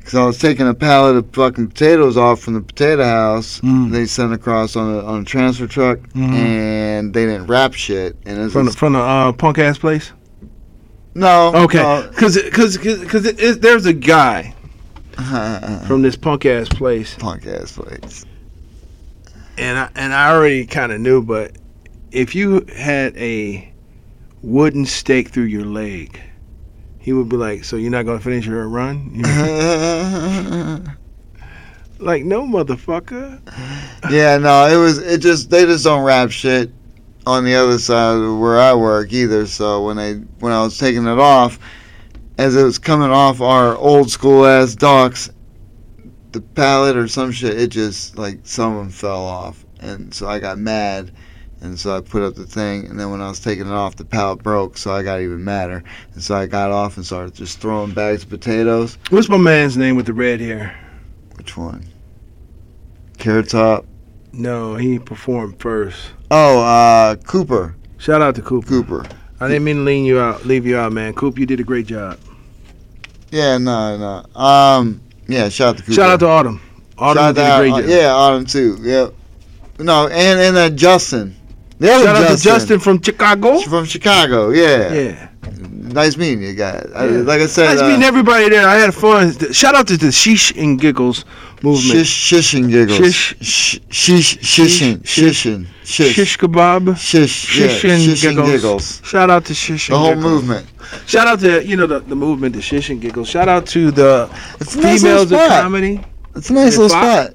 Speaker 2: cause I was taking a pallet of fucking potatoes off from the potato house.
Speaker 3: Mm.
Speaker 2: They sent across on a on a transfer truck,
Speaker 3: Mhm.
Speaker 2: and they didn't wrap shit. And it's
Speaker 3: From the, from the uh, punk ass place.
Speaker 2: no,
Speaker 3: Okay.
Speaker 2: no.
Speaker 3: Because because because it, it, there's a guy from this punk ass place,
Speaker 2: Oh. *laughs* punk ass place.
Speaker 3: and I and I already kind of knew, but if you had a wooden stake through your leg, he would be like, "So you're not gonna finish your run?" You'd be like,
Speaker 2: Uh-huh. *laughs*
Speaker 3: Like, no, motherfucker.
Speaker 2: yeah, no, it was it just they just don't wrap shit on the other side of where I work either. So when they when I was taking it off, as it was coming off our old school ass docks, the pallet or some shit, it just like some of them fell off, and so I got mad. And so I put up the thing, and then when I was taking it off, the pallet broke, so I got even madder. And so I got off and started just throwing bags of potatoes.
Speaker 3: What's my man's name with the red hair?
Speaker 2: Which one? Carrot Top.
Speaker 3: No, he performed first.
Speaker 2: Oh, uh, Cooper.
Speaker 3: Shout out to Coop.
Speaker 2: Cooper.
Speaker 3: I didn't mean to lean you out, leave you out, man. Coop, you did a great job.
Speaker 2: Yeah, no, no. Um, yeah, shout out to Cooper.
Speaker 3: Shout out to Autumn. Autumn
Speaker 2: Shout
Speaker 3: did
Speaker 2: out-
Speaker 3: a great
Speaker 2: uh,
Speaker 3: job.
Speaker 2: yeah, Autumn too. Yep. No, and and that Justin. The other
Speaker 3: Shout out to
Speaker 2: Justin.
Speaker 3: Justin from Chicago.
Speaker 2: She's From Chicago, yeah.
Speaker 3: Yeah.
Speaker 2: Nice meeting you guys. I,
Speaker 3: Yeah.
Speaker 2: like I said,
Speaker 3: nice
Speaker 2: uh,
Speaker 3: meeting everybody there. I had fun. Shout out to the Sheesh and Giggles movement.
Speaker 2: shish, shish and giggles.
Speaker 3: Shish.
Speaker 2: Sh- shish, shishin, shishin,
Speaker 3: Shish,
Speaker 2: shish,
Speaker 3: kebab.
Speaker 2: shish, yeah,
Speaker 3: Shish and giggles.
Speaker 2: giggles.
Speaker 3: Shout out to Shish and
Speaker 2: The whole
Speaker 3: Giggles.
Speaker 2: movement.
Speaker 3: Shout out to you know the, the movement, the Shish and Giggles. Shout out to the
Speaker 2: It's a nice little
Speaker 3: females of
Speaker 2: spot.
Speaker 3: comedy.
Speaker 2: It's a nice
Speaker 3: Is it
Speaker 2: little
Speaker 3: Fock?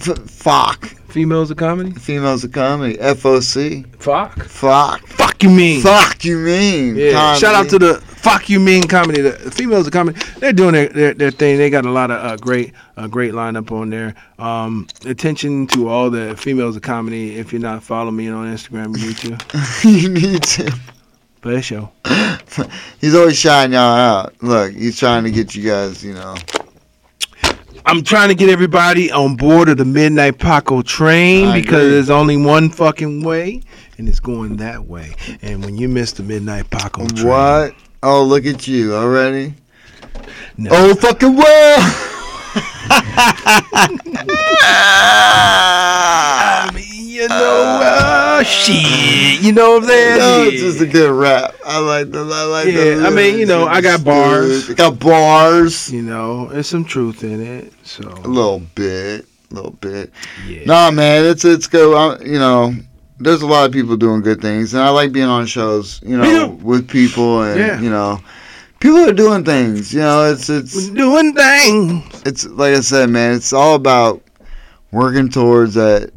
Speaker 2: spot. F- Fock.
Speaker 3: Females of comedy?
Speaker 2: Females of comedy. FOC.
Speaker 3: Fuck.
Speaker 2: Fock.
Speaker 3: Fuck you mean.
Speaker 2: Fuck you mean?
Speaker 3: Yeah.
Speaker 2: comedy.
Speaker 3: Shout
Speaker 2: *laughs*
Speaker 3: out to the Fuck You Mean comedy. The females of comedy, they're doing their, their, their thing. They got a lot of uh, great uh, great lineup on there. Um, attention to all the females of comedy. If you're not following me on Instagram, you need to.
Speaker 2: you need to.
Speaker 3: But that show.
Speaker 2: He's always shining y'all out. Look, he's trying to get you guys, you know.
Speaker 3: I'm trying to get everybody on board of the Midnight Paco train
Speaker 2: I
Speaker 3: because
Speaker 2: agree.
Speaker 3: there's only one fucking way, and it's going that way. And when you miss the Midnight Paco train,
Speaker 2: What? Oh, look at you already.
Speaker 3: No.
Speaker 2: Oh, fucking world. Ah.
Speaker 3: I mean, you know, uh, shit, you know what I'm saying?
Speaker 2: No,
Speaker 3: Yeah.
Speaker 2: it's just a good rap. I like the. I like the.
Speaker 3: Yeah, I mean, you know,
Speaker 2: lyrics.
Speaker 3: I got
Speaker 2: It's
Speaker 3: bars.
Speaker 2: good. I got bars.
Speaker 3: you know, there's some truth in it.
Speaker 2: A
Speaker 3: So
Speaker 2: little bit, a little bit.
Speaker 3: yeah,
Speaker 2: Nah, man, it's it's good. I, you know, there's a lot of people doing good things, and I like being on shows. You
Speaker 3: Me
Speaker 2: know,
Speaker 3: too.
Speaker 2: with people, and
Speaker 3: Yeah.
Speaker 2: you know, people are doing things. You know, it's it's
Speaker 3: We're doing things.
Speaker 2: it's like I said, man. It's all about working towards that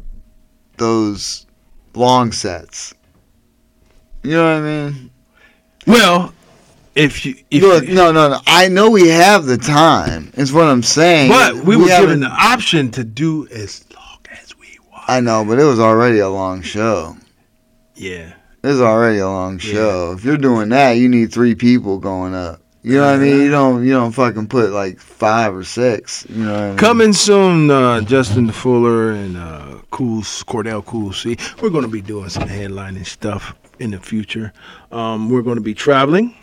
Speaker 2: those long sets. You know what I mean?
Speaker 3: Well, if you, if
Speaker 2: Look,
Speaker 3: you-
Speaker 2: no, no, no. I know we have the time. Is what I'm saying.
Speaker 3: but we, were
Speaker 2: haven't-
Speaker 3: given the option to do as long as we want.
Speaker 2: I know, but it was already a long show.
Speaker 3: yeah,
Speaker 2: It's already a long
Speaker 3: Yeah.
Speaker 2: show. If you're doing that, you need three people going up. You know what I mean?
Speaker 3: Uh-huh.
Speaker 2: You don't you don't fucking put like five or six. You know what I mean?
Speaker 3: coming soon. Uh, Justin Fuller and uh, Cool Cordell Cool C. We're going to be doing some headlining stuff in the future. Um, we're going to be traveling.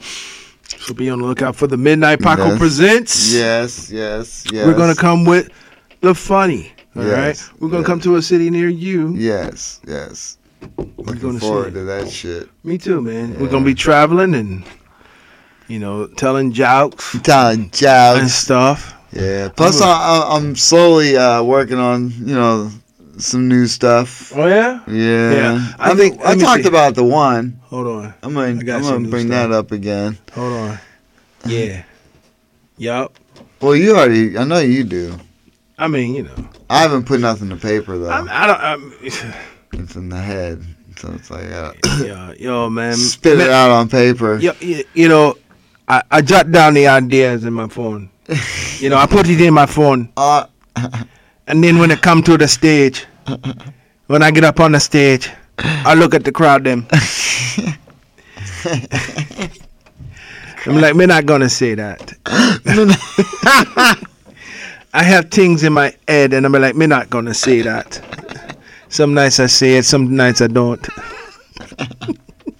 Speaker 3: So be on the lookout for the Midnight Paco
Speaker 2: Yes.
Speaker 3: presents.
Speaker 2: Yes, yes, yes.
Speaker 3: We're gonna come with the funny. all
Speaker 2: Yes,
Speaker 3: right? we're gonna
Speaker 2: yes.
Speaker 3: come to a city near you.
Speaker 2: Yes, yes. Looking
Speaker 3: gonna see
Speaker 2: forward
Speaker 3: it.
Speaker 2: to that shit.
Speaker 3: Me too, man. We're
Speaker 2: Yeah.
Speaker 3: gonna be traveling and you know telling jokes
Speaker 2: Talent
Speaker 3: and
Speaker 2: jobs.
Speaker 3: stuff.
Speaker 2: Yeah. Plus, I, I, I'm slowly uh, working on you know some new stuff.
Speaker 3: Oh yeah.
Speaker 2: Yeah.
Speaker 3: Yeah, I
Speaker 2: I,
Speaker 3: think-
Speaker 2: mean,
Speaker 3: let
Speaker 2: I
Speaker 3: me
Speaker 2: talked
Speaker 3: see.
Speaker 2: about the one.
Speaker 3: Hold on.
Speaker 2: I'm gonna,
Speaker 3: I
Speaker 2: I'm
Speaker 3: got some
Speaker 2: gonna
Speaker 3: new
Speaker 2: bring
Speaker 3: stuff.
Speaker 2: that up again.
Speaker 3: Hold on. Yeah. yup.
Speaker 2: Well, you already. I know you do.
Speaker 3: I mean, you know,
Speaker 2: I haven't put nothing to paper though.
Speaker 3: I'm, I don't. I'm, *laughs*
Speaker 2: It's in the head. So it's like,
Speaker 3: *coughs*
Speaker 2: uh,
Speaker 3: yeah, yo, man.
Speaker 2: *coughs* spit it out on paper. *laughs*
Speaker 3: Yo, you, you know, I, I jot down the ideas in my
Speaker 2: *laughs*
Speaker 3: phone. you know, I put it in my phone.
Speaker 2: Uh,
Speaker 3: And then when I come to the stage, when I get up on the stage, I look at the crowd them. I'm like, we're not gonna say that. *laughs* I have things in my head and I'm like, we're not gonna say that. Some nights I say it, some nights I don't. *laughs*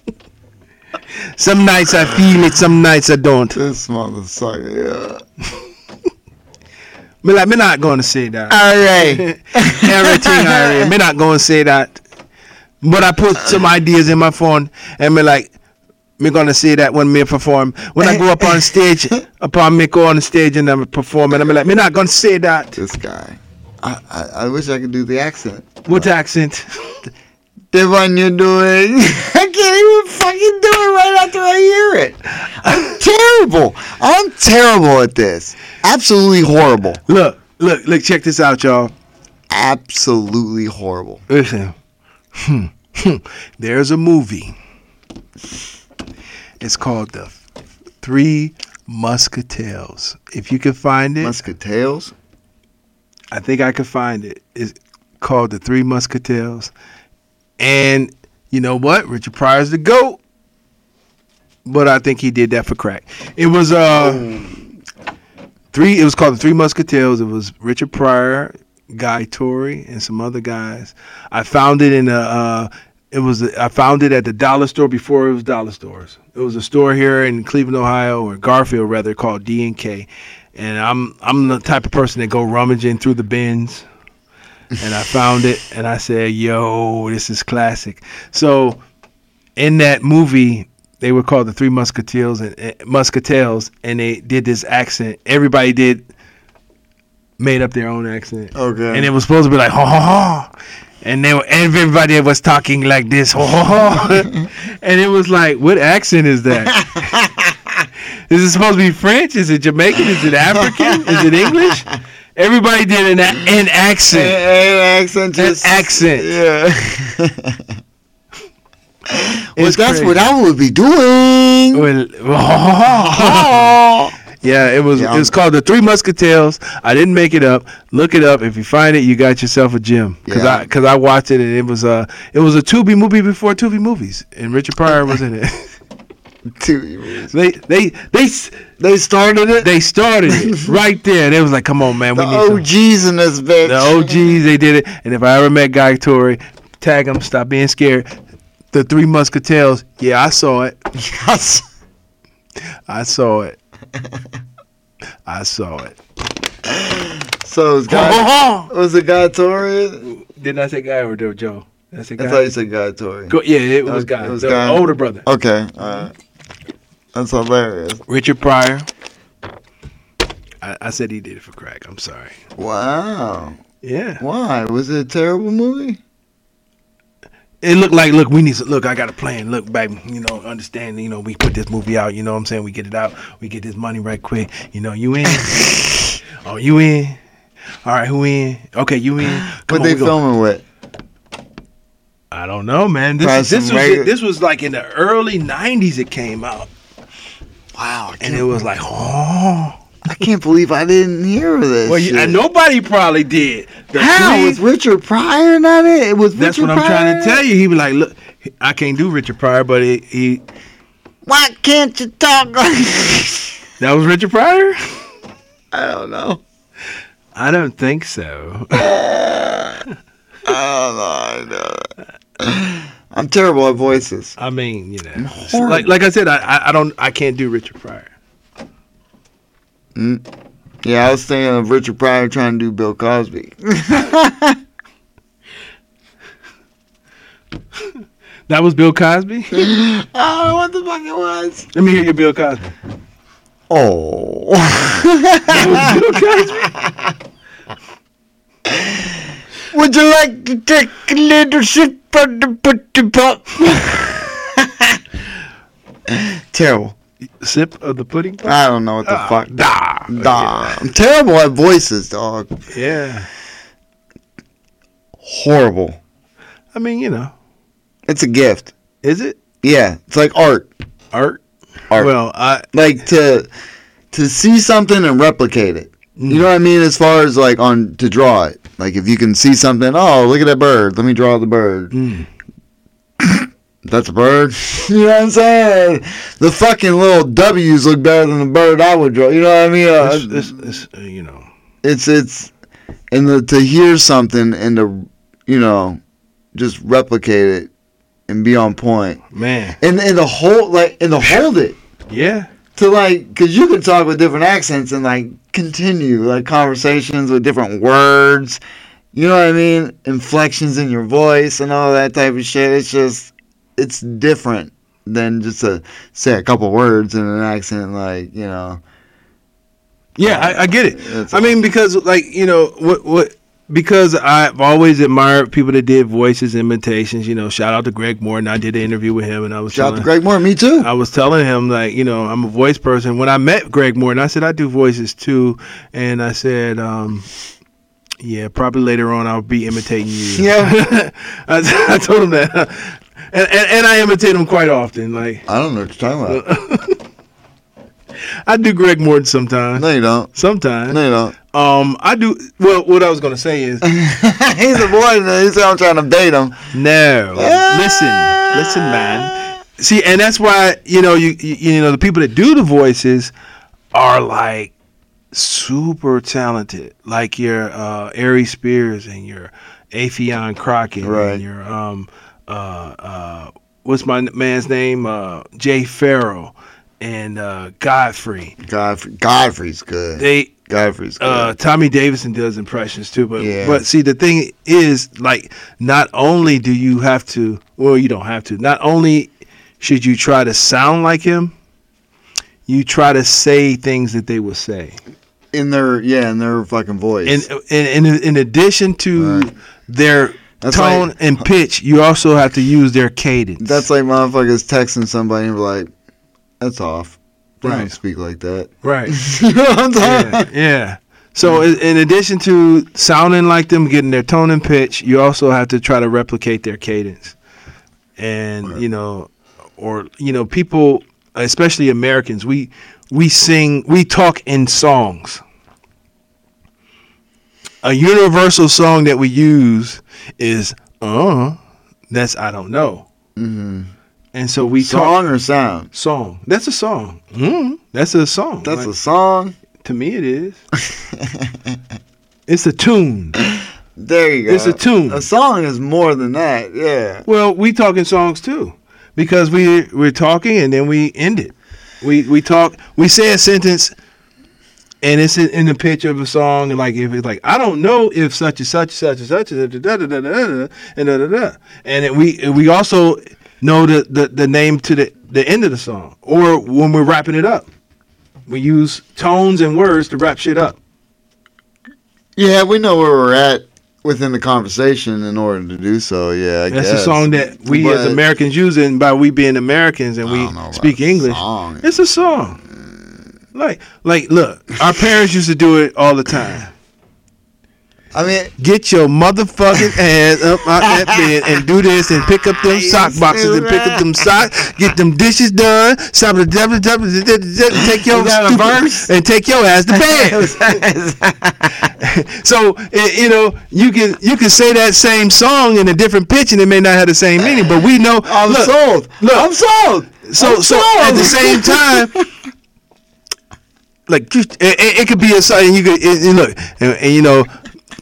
Speaker 3: some nights I feel it, some nights I don't.
Speaker 2: this motherfucker. Yeah.
Speaker 3: Me like, me not gonna say that.
Speaker 2: All right.
Speaker 3: *laughs* everything I read. Me not gonna say that. But I put some ideas in my phone and me like me gonna say that when me perform. When I go up on stage, upon me go on stage and I'm perform and I'm like, me not gonna say that.
Speaker 2: This guy. I, I, I wish I could do the accent.
Speaker 3: What accent?
Speaker 2: The one you're doing. *laughs* I can't even fucking do it right after I hear it. I'm terrible. I'm terrible at this. Absolutely horrible.
Speaker 3: Look, look, look, check this out, y'all.
Speaker 2: Absolutely horrible.
Speaker 3: Listen. Hmm, hmm. There's a movie. It's called The Three Musketeers. If you can find it.
Speaker 2: Muscatels?
Speaker 3: I think I could find it. It's called The Three Musketeers. And you know what? Richard Pryor's the GOAT. But I think he did that for crack. It was uh three it was called The Three Musketeers. It was Richard Pryor, Guy Torrey, and some other guys. I found it in a uh it was I found it at the dollar store before it was dollar stores. It was a store here in Cleveland, Ohio, or Garfield rather, called D and K and I'm I'm the type of person that go rummaging through the bins, and I found it, and I said, "Yo, this is classic." So, in that movie, they were called the Three Musketeers and uh, Musketeers, and they did this accent. Everybody did made up their own accent,
Speaker 2: Okay.
Speaker 3: and it was supposed to be like ha ha ha. And they were, everybody was talking like this, ho ho ho, *laughs* and it was like, what accent is that? *laughs* Is it supposed to be French? Is it Jamaican? Is it African? Is it English? Everybody did an a- an accent.
Speaker 2: An accent,
Speaker 3: An
Speaker 2: just
Speaker 3: accent.
Speaker 2: Yeah. well, *laughs*
Speaker 3: It's
Speaker 2: that's what I would
Speaker 3: *laughs*
Speaker 2: be doing. *laughs* Oh.
Speaker 3: Well, *laughs* yeah, it was
Speaker 2: Yeah,
Speaker 3: it was called the Three Musketeers. I didn't make it up. Look it up. If you find it, you got yourself a gem. Cause
Speaker 2: Yeah.
Speaker 3: I cause I watched it and it was a it was a Tubi movie before Tubi movies, and Richard Pryor was in it. *laughs*
Speaker 2: Dude,
Speaker 3: they they they s-
Speaker 2: They started it.
Speaker 3: they started
Speaker 2: *laughs*
Speaker 3: it right there, and it was like, come on, man, we
Speaker 2: the
Speaker 3: need some-
Speaker 2: OGs in this bitch.
Speaker 3: the
Speaker 2: *laughs*
Speaker 3: OGs. They did it. And if I ever met Guy Tori, tag him. Stop being scared. The Three Musketeers. Yeah, I saw it.
Speaker 2: Yes.
Speaker 3: I saw
Speaker 2: *laughs*
Speaker 3: it. I saw it.
Speaker 2: So it's
Speaker 3: Ho,
Speaker 2: got.
Speaker 3: ho, ho.
Speaker 2: Was it Guy Tori? That's
Speaker 3: Didn't I say guy or do- Joe? Did I say
Speaker 2: how
Speaker 3: guy?
Speaker 2: you said Guy Tori.
Speaker 3: Go- yeah, it was
Speaker 2: Okay,
Speaker 3: guy.
Speaker 2: it was
Speaker 3: the
Speaker 2: guy.
Speaker 3: older brother.
Speaker 2: Okay. All right. That's hilarious.
Speaker 3: Richard Pryor. I, I said he did it for crack. I'm sorry.
Speaker 2: Wow.
Speaker 3: Yeah.
Speaker 2: Why? Was it a terrible movie?
Speaker 3: It looked like, look, we need to, look, I got a plan. Look, baby, you know, understand, you know, we put this movie out, you know what I'm saying? We get it out. We get this money right quick. You know, *laughs* you in? oh, you in? All right, who in? Okay,
Speaker 2: *gasps*
Speaker 3: you in? Come
Speaker 2: what
Speaker 3: on,
Speaker 2: they
Speaker 3: we go-
Speaker 2: filming with?
Speaker 3: I don't know, man. This,
Speaker 2: Probably
Speaker 3: is- this
Speaker 2: some
Speaker 3: was
Speaker 2: regular-
Speaker 3: this was like in the early '90s. It came out,
Speaker 2: Wow. I
Speaker 3: and
Speaker 2: can't,
Speaker 3: it was like, oh,
Speaker 2: I can't believe I didn't hear of this.
Speaker 3: well, you,
Speaker 2: shit.
Speaker 3: and nobody probably did. The
Speaker 2: How
Speaker 3: three-
Speaker 2: was Richard Pryor not in? It was
Speaker 3: that's
Speaker 2: Richard
Speaker 3: what I'm
Speaker 2: Pryor?
Speaker 3: trying to tell you. He was like, look, I can't do Richard Pryor, but he, he
Speaker 2: Why can't you talk? like-
Speaker 3: *laughs* that was Richard Pryor.
Speaker 2: *laughs* I don't know.
Speaker 3: I don't think so. *laughs*
Speaker 2: I don't know. I know. I'm terrible at voices.
Speaker 3: I mean, you know, it's like like I said, I, I I don't I can't do Richard Pryor.
Speaker 2: Yeah, I was thinking of Richard Pryor trying to do Bill Cosby. *laughs*
Speaker 3: That was Bill
Speaker 2: *laughs*
Speaker 3: Cosby.
Speaker 2: I don't know Oh, what the fuck it was.
Speaker 3: Let me hear your Bill Cosby.
Speaker 2: *laughs*
Speaker 3: *laughs*
Speaker 2: Oh.
Speaker 3: That was Bill Cosby.
Speaker 2: Would you like to take a little sip of the putty pop? *laughs* terrible.
Speaker 3: Sip of the pudding.
Speaker 2: I don't know what the fuck.
Speaker 3: Ah, da.
Speaker 2: Nah, I'm terrible at voices, dog.
Speaker 3: Yeah.
Speaker 2: Horrible.
Speaker 3: I mean, you know,
Speaker 2: It's a gift.
Speaker 3: is it
Speaker 2: Yeah, it's like art.
Speaker 3: art?
Speaker 2: Art.
Speaker 3: Well, I
Speaker 2: like to to see something and replicate it. You know what I mean? As far as like on to draw it. Like if you can see something, oh look at that bird. Let me draw the bird. *coughs* That's a bird. *laughs* you know what I'm saying? The fucking little W's look better than the bird I would draw. You know what I mean? Uh,
Speaker 3: it's, it's, it's, uh, you know,
Speaker 2: it's it's and the, to hear something and to you know just replicate it and be on point
Speaker 3: man.
Speaker 2: and and the whole like and to hold it
Speaker 3: Yeah.
Speaker 2: to like because you can talk with different accents and like continue like conversations with different words you know what i mean inflections in your voice and all that type of shit it's just it's different than just to say a couple words in an accent like you know
Speaker 3: Yeah, I, I get it.
Speaker 2: That's
Speaker 3: I mean, because like you know what what because I've always admired people that did voices imitations. You know, shout out to Greg Morton. I did an interview with him, and I was
Speaker 2: shout out to
Speaker 3: telling-
Speaker 2: greg moore me too
Speaker 3: I was telling him like you know I'm a voice person. When I met Greg Morton, I said I do voices too, and I said. um yeah, probably later on I'll be imitating you.
Speaker 2: Yeah.
Speaker 3: *laughs* I, I told him that, and, and and I imitate him quite often. Like
Speaker 2: i don't know what you're talking
Speaker 3: uh,
Speaker 2: about
Speaker 3: I do Greg Morton sometimes.
Speaker 2: no you don't
Speaker 3: Sometimes.
Speaker 2: no you don't *laughs*
Speaker 3: Um, I do. Well, what I was gonna say is
Speaker 2: he's a boy now. he said i'm trying to date him
Speaker 3: no. listen, listen, man. See, and that's why you know you you you know the people that do the voices are like super talented, like your uh, Ari Spears and your Afion Crockett
Speaker 2: Right.
Speaker 3: and your um uh uh what's my man's name uh Jay Farrell and uh Godfrey.
Speaker 2: godfrey godfrey's good
Speaker 3: They
Speaker 2: godfrey's good
Speaker 3: uh, Tommy Davidson does impressions too, but
Speaker 2: Yeah.
Speaker 3: but see the thing is like not only do you have to well you don't have to not only should you try to sound like him, you try to say things that they would say.
Speaker 2: in their yeah in their fucking voice
Speaker 3: And in in, in addition to
Speaker 2: Right.
Speaker 3: their
Speaker 2: That's
Speaker 3: tone
Speaker 2: like-
Speaker 3: and pitch, you also have to use their cadence.
Speaker 2: That's like motherfuckers texting somebody and be like, "That's off." They
Speaker 3: Right. *laughs*
Speaker 2: don't speak like that. *laughs*
Speaker 3: right.
Speaker 2: you know what I'm
Speaker 3: *laughs*
Speaker 2: talking
Speaker 3: yeah. yeah. So in, in addition to sounding like them, getting their tone and pitch, you also have to try to replicate their cadence. And you know, or you know, people, especially Americans, we we sing, we talk in songs. A universal song that we use is uh that's I don't know.
Speaker 2: Mm-hmm.
Speaker 3: And so we talk
Speaker 2: Song or sound?
Speaker 3: song. That's a song. Mm, that's a song.
Speaker 2: That's
Speaker 3: Like, *laughs*
Speaker 2: a song.
Speaker 3: to me it is. it's a tune.
Speaker 2: There you go.
Speaker 3: It's a tune.
Speaker 2: A song is more than that. Yeah.
Speaker 3: Well, we talking songs too, because we we're talking and then we end it. We we talk. We say a sentence, and it's in, in the pitch of a song. And like if it's like I don't know if such and such such and such and da da da da da da and da da da. And it, we and we also know the, the the name to the the end of the song, or when we're wrapping it up, we use tones and words to wrap shit up.
Speaker 2: Yeah, we know where we're at within the conversation in order to do so. Yeah, I
Speaker 3: That's
Speaker 2: guess.
Speaker 3: a song that we as
Speaker 2: But-
Speaker 3: Americans use, and by we being Americans and
Speaker 2: I
Speaker 3: we
Speaker 2: don't know about
Speaker 3: speak
Speaker 2: a
Speaker 3: English,
Speaker 2: song.
Speaker 3: it's a song. Like, like, look, our parents used to do it all the time.
Speaker 2: I mean,
Speaker 3: Get your motherfucking ass up out that bed and do this and pick up them sock boxes and pick up them socks. Get them dishes done. Stop the double double. Take your
Speaker 2: Is that a
Speaker 3: stupid-
Speaker 2: verse?
Speaker 3: and take your ass to bed. *laughs* so eh, you know you can you can say that same song in a different pitch and it may not have the same meaning, but we know.
Speaker 2: I'm
Speaker 3: look,
Speaker 2: sold.
Speaker 3: look.
Speaker 2: I'm sold.
Speaker 3: so
Speaker 2: I'm
Speaker 3: so at the same time, like it, it, it could be a song. You could it, it- look and, and, you know,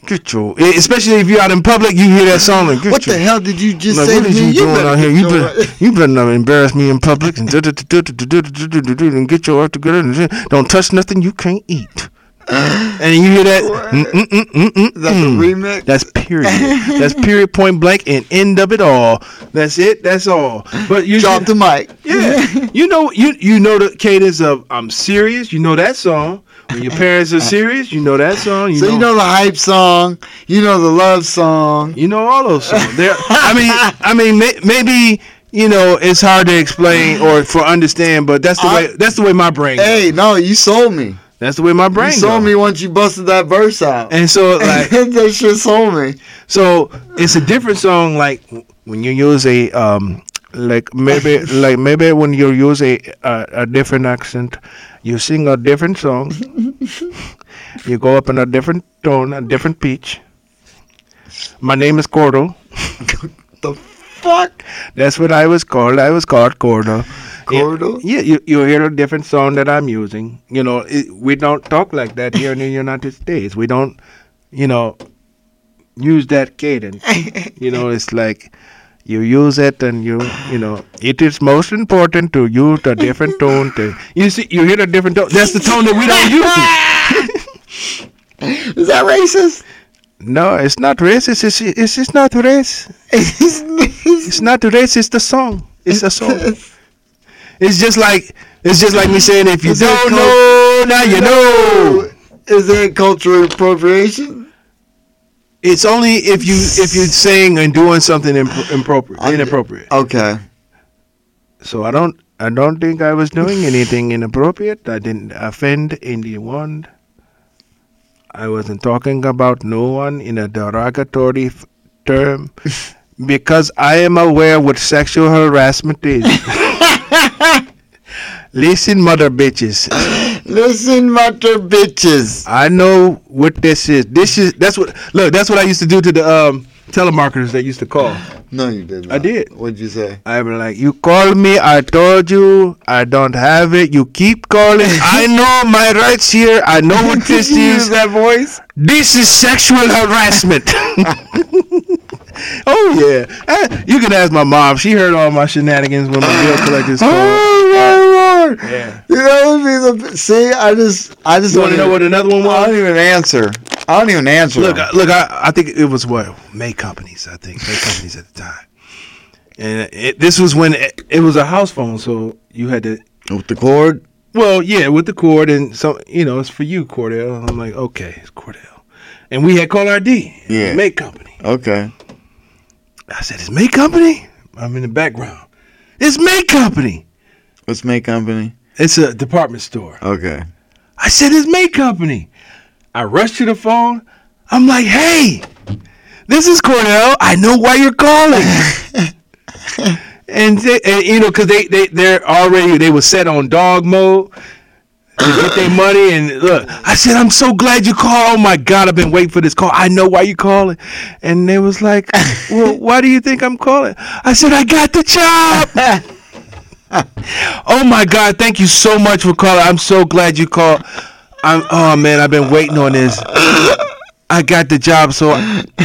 Speaker 3: get your- eh, especially if you're out in public, you hear that song. Like, get
Speaker 2: What
Speaker 3: your-
Speaker 2: the hell did you just
Speaker 3: like,
Speaker 2: say
Speaker 3: what
Speaker 2: to
Speaker 3: is
Speaker 2: me?
Speaker 3: you, doing
Speaker 2: better
Speaker 3: out here?
Speaker 2: get
Speaker 3: You
Speaker 2: your-
Speaker 3: better, you better not embarrass me in public and do- do- do- do- do- do- do- do- do- do- do- and get your act together. and then Don't touch nothing you can't eat. And you hear that? mm, mm, mm, mm, mm,
Speaker 2: That's a
Speaker 3: mm.
Speaker 2: remix.
Speaker 3: That's period. That's period, point blank, and end of it all. That's it. That's all. But you
Speaker 2: *laughs* drop the mic.
Speaker 3: yeah, *laughs* you know you you know the cadence of I'm serious. You know that song. When your parents are serious, you know that song.
Speaker 2: So you know the hype song. You know the love song.
Speaker 3: You know all those songs. There, I mean, I mean, may, maybe you know it's hard to explain or for understand, but that's the
Speaker 2: I-
Speaker 3: way that's the way my brain. Goes.
Speaker 2: Hey, no, you sold me.
Speaker 3: That's the way my brain.
Speaker 2: You sold
Speaker 3: goes.
Speaker 2: me once you busted that verse out.
Speaker 3: And so like
Speaker 2: *laughs* that shit sold me.
Speaker 3: so it's a different song like when you use a um like maybe like maybe when you use a a, a different accent, you sing a different song. you go up in a different tone, a different pitch. My name is Cordo.
Speaker 2: The fuck,
Speaker 3: That's what I was called. I was called Cordo.
Speaker 2: Gordo?
Speaker 3: Yeah, you, you hear a different sound that I'm using. You know, it, we don't talk like that here in the United States. We don't, you know, use that cadence. *laughs* you know, it's like you use it and you, you know, it is most important to use a different tone. To, you see, you hear a different tone. That's the tone that we don't use.
Speaker 2: *laughs* Is
Speaker 3: *laughs*
Speaker 2: that racist?
Speaker 3: No, it's not racist. It's, it's, it's not race. It's not race. It's the song. It's a song. It's just like it's just like me saying if you
Speaker 2: Is that
Speaker 3: don't
Speaker 2: called-
Speaker 3: know now you know.
Speaker 2: Is that cultural appropriation?
Speaker 3: It's only if you if you're saying and doing something imp- inappropriate.
Speaker 2: I'm-
Speaker 3: Inappropriate.
Speaker 2: Okay.
Speaker 3: So I don't I don't think I was doing anything inappropriate. I didn't offend anyone. I wasn't talking about no one in a derogatory f- term because I am aware what sexual harassment is. Listen, mother bitches.
Speaker 2: Listen, mother bitches.
Speaker 3: I know what this is. This is that's what look. That's what I used to do to the um, telemarketers that used to call.
Speaker 2: No, you did not.
Speaker 3: I did.
Speaker 2: What'd you say?
Speaker 3: I'd be like, "You call me. I told you I don't have it. You keep
Speaker 2: *laughs*
Speaker 3: calling. I know my rights here. I know what this
Speaker 2: Did you use
Speaker 3: is.
Speaker 2: that voice?
Speaker 3: This is sexual harassment."
Speaker 2: *laughs*
Speaker 3: oh yeah, Eh, you can ask my mom. She heard all my shenanigans when my bill
Speaker 2: *laughs*
Speaker 3: collectors called.
Speaker 2: Oh my lord!
Speaker 3: Yeah.
Speaker 2: You know what I mean? See, I just, I just
Speaker 3: You want to
Speaker 2: don't
Speaker 3: know
Speaker 2: even-
Speaker 3: what another one
Speaker 2: I
Speaker 3: was?
Speaker 2: don't even answer. I don't even answer.
Speaker 3: Look,
Speaker 2: them.
Speaker 3: I, look, I, I think it was what May companies. I think May companies at the time, and it, this was when it, it was a house phone, so you had to.
Speaker 2: with the cord.
Speaker 3: Well, yeah, with the cord and so you know it's for you, Cordell. I'm like, okay, it's Cordell, and we had call ID.
Speaker 2: Yeah.
Speaker 3: May company.
Speaker 2: Okay.
Speaker 3: I said, it's May company. I'm in the background. It's May company.
Speaker 2: Let's make company.
Speaker 3: It's a department store.
Speaker 2: Okay.
Speaker 3: I said, it's May company. I rush to the phone. I'm like, hey, this is Cornell. I know why you're calling. and, they- and, you know, because they, they, they're already, they were set on dog mode to get their money. And look, I said, I'm so glad you called. Oh my God, I've been waiting for this call. I know why you calling. And they was like, well, why do you think I'm calling? I said, I got the job. Oh my God! Thank you so much for calling. I'm so glad you called. I'm. Oh man, I've been waiting on this. I got the job, so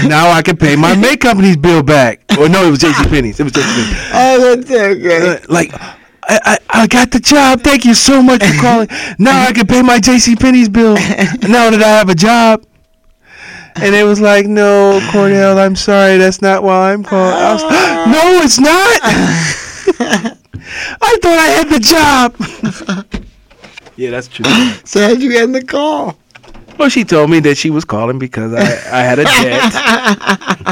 Speaker 3: now I can pay my make company's bill back. Or no, it was JC Penney's. It was JC
Speaker 2: Oh, that's okay.
Speaker 3: Penney's. Uh, Like, I, I, I got the job. Thank you so much for calling. Now I can pay my JC Penney's bill. Now that I have a job. And it was like, no, Cornell, I'm sorry. That's not why I'm calling. I was, *gasps* no, it's not. *laughs* I thought I had the job. yeah, that's true.
Speaker 2: So how'd you get in the call?
Speaker 3: Well, she told me that she was calling because I, I had a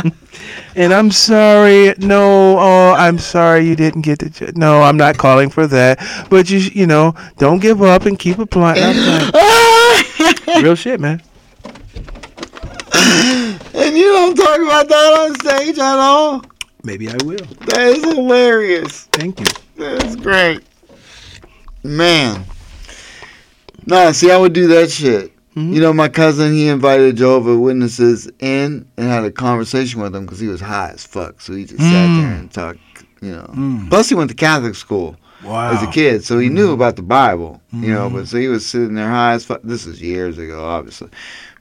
Speaker 3: debt.
Speaker 2: *laughs*
Speaker 3: and I'm sorry. No, oh, I'm sorry you didn't get the j- No, I'm not calling for that. But you, sh- you know, don't give up and keep applying.
Speaker 2: *laughs*
Speaker 3: I'm like, Real shit, man.
Speaker 2: And you don't talk about that on stage at all.
Speaker 3: Maybe I will.
Speaker 2: That is hilarious.
Speaker 3: Thank you.
Speaker 2: That's great. Man. Nah, see, I would do that shit.
Speaker 3: Mhm.
Speaker 2: You know, my cousin, he invited Jehovah Witnesses in and had a conversation with them because he was high as fuck. So he just sat there
Speaker 3: Mm.
Speaker 2: and talked, you know.
Speaker 3: Mm.
Speaker 2: Plus, he went to Catholic school
Speaker 3: Wow. Mm-hmm.
Speaker 2: as a kid, so he knew about the Bible, you know. But so he was sitting there high as fuck. This is years ago, obviously.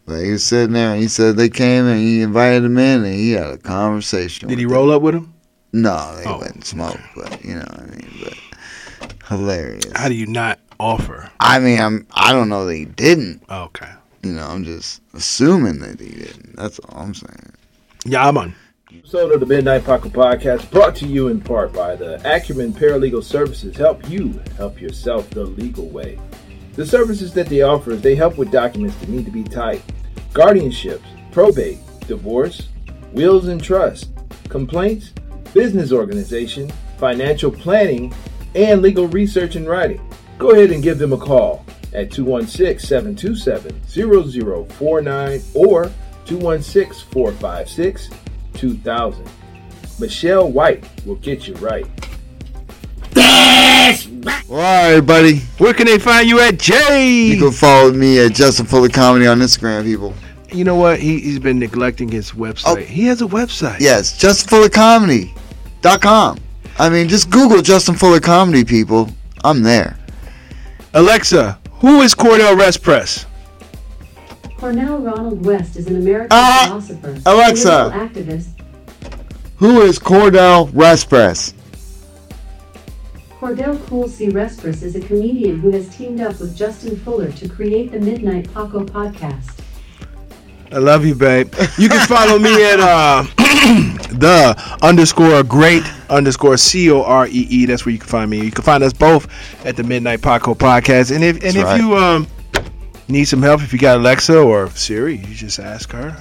Speaker 2: But he was sitting there, and he said they came and he invited him in, and he had a conversation.
Speaker 3: Did
Speaker 2: with
Speaker 3: he
Speaker 2: them.
Speaker 3: roll up with him?
Speaker 2: No, they
Speaker 3: Oh.
Speaker 2: wouldn't smoke, but you know, what I mean, but hilarious.
Speaker 3: How do you not offer? Oh,
Speaker 2: I mean, I'm I don't know that he didn't.
Speaker 3: Okay.
Speaker 2: You know, I'm just assuming that he didn't. That's all I'm saying.
Speaker 3: Yeah, I'm on.
Speaker 4: episode of the Midnight Pocket Podcast brought to you in part by the Acumen Paralegal Services. Help you help yourself the legal way. The services that they offer is they help with documents that need to be typed, guardianships, probate, divorce, wills and trust, complaints, business organization, financial planning, and legal research and writing. Go ahead and give them a call at 216 727 0049 or 216 456 2000. Michelle White will get you right.
Speaker 2: Well, all right, buddy.
Speaker 3: Where can they find you at,
Speaker 2: You
Speaker 3: Jay?
Speaker 2: can follow me at Justin Fuller Comedy on Instagram, people.
Speaker 3: You know what? He, he's been neglecting his website.
Speaker 2: Oh.
Speaker 3: He has a website.
Speaker 2: Yes, justinfullercomedy.com. I mean, just Google Justin Fuller Comedy, people. I'm there.
Speaker 3: Alexa, who is Cordell Rest Press?
Speaker 5: Cornell Ronald West is an American
Speaker 2: Ah,
Speaker 5: philosopher,
Speaker 2: Alexa.
Speaker 5: political activist,
Speaker 2: Who is Cordell Raspress?
Speaker 5: Cordell Cool C. Respress is a comedian who has teamed up with Justin Fuller to create the Midnight Paco podcast.
Speaker 3: I love you, babe. You can follow me at uh, *clears throat* the underscore great underscore C O R E E. That's where you can find me. You can find us both at the Midnight Paco podcast. And if and
Speaker 2: That's
Speaker 3: if
Speaker 2: right.
Speaker 3: you um need some help, if you got Alexa or Siri, you just ask her,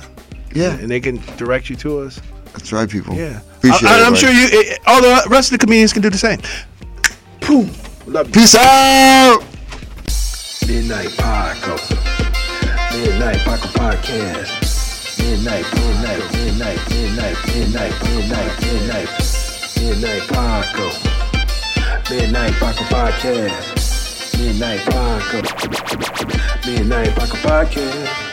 Speaker 2: Yeah,
Speaker 3: and they can direct you to us.
Speaker 2: that's right, people.
Speaker 3: Yeah,
Speaker 2: Appreciate
Speaker 3: I,
Speaker 2: it,
Speaker 3: I'm
Speaker 2: buddy.
Speaker 3: sure you. It, all the rest of the comedians can do the same. Boom. Love you.
Speaker 2: Peace out.
Speaker 1: Midnight Paco. Midnight Paco Podcast. Midnight, midnight, midnight, midnight, midnight, midnight, midnight. Midnight Paco. Midnight Paco Podcast. Midnight Paco. Midnight Paco Podcast.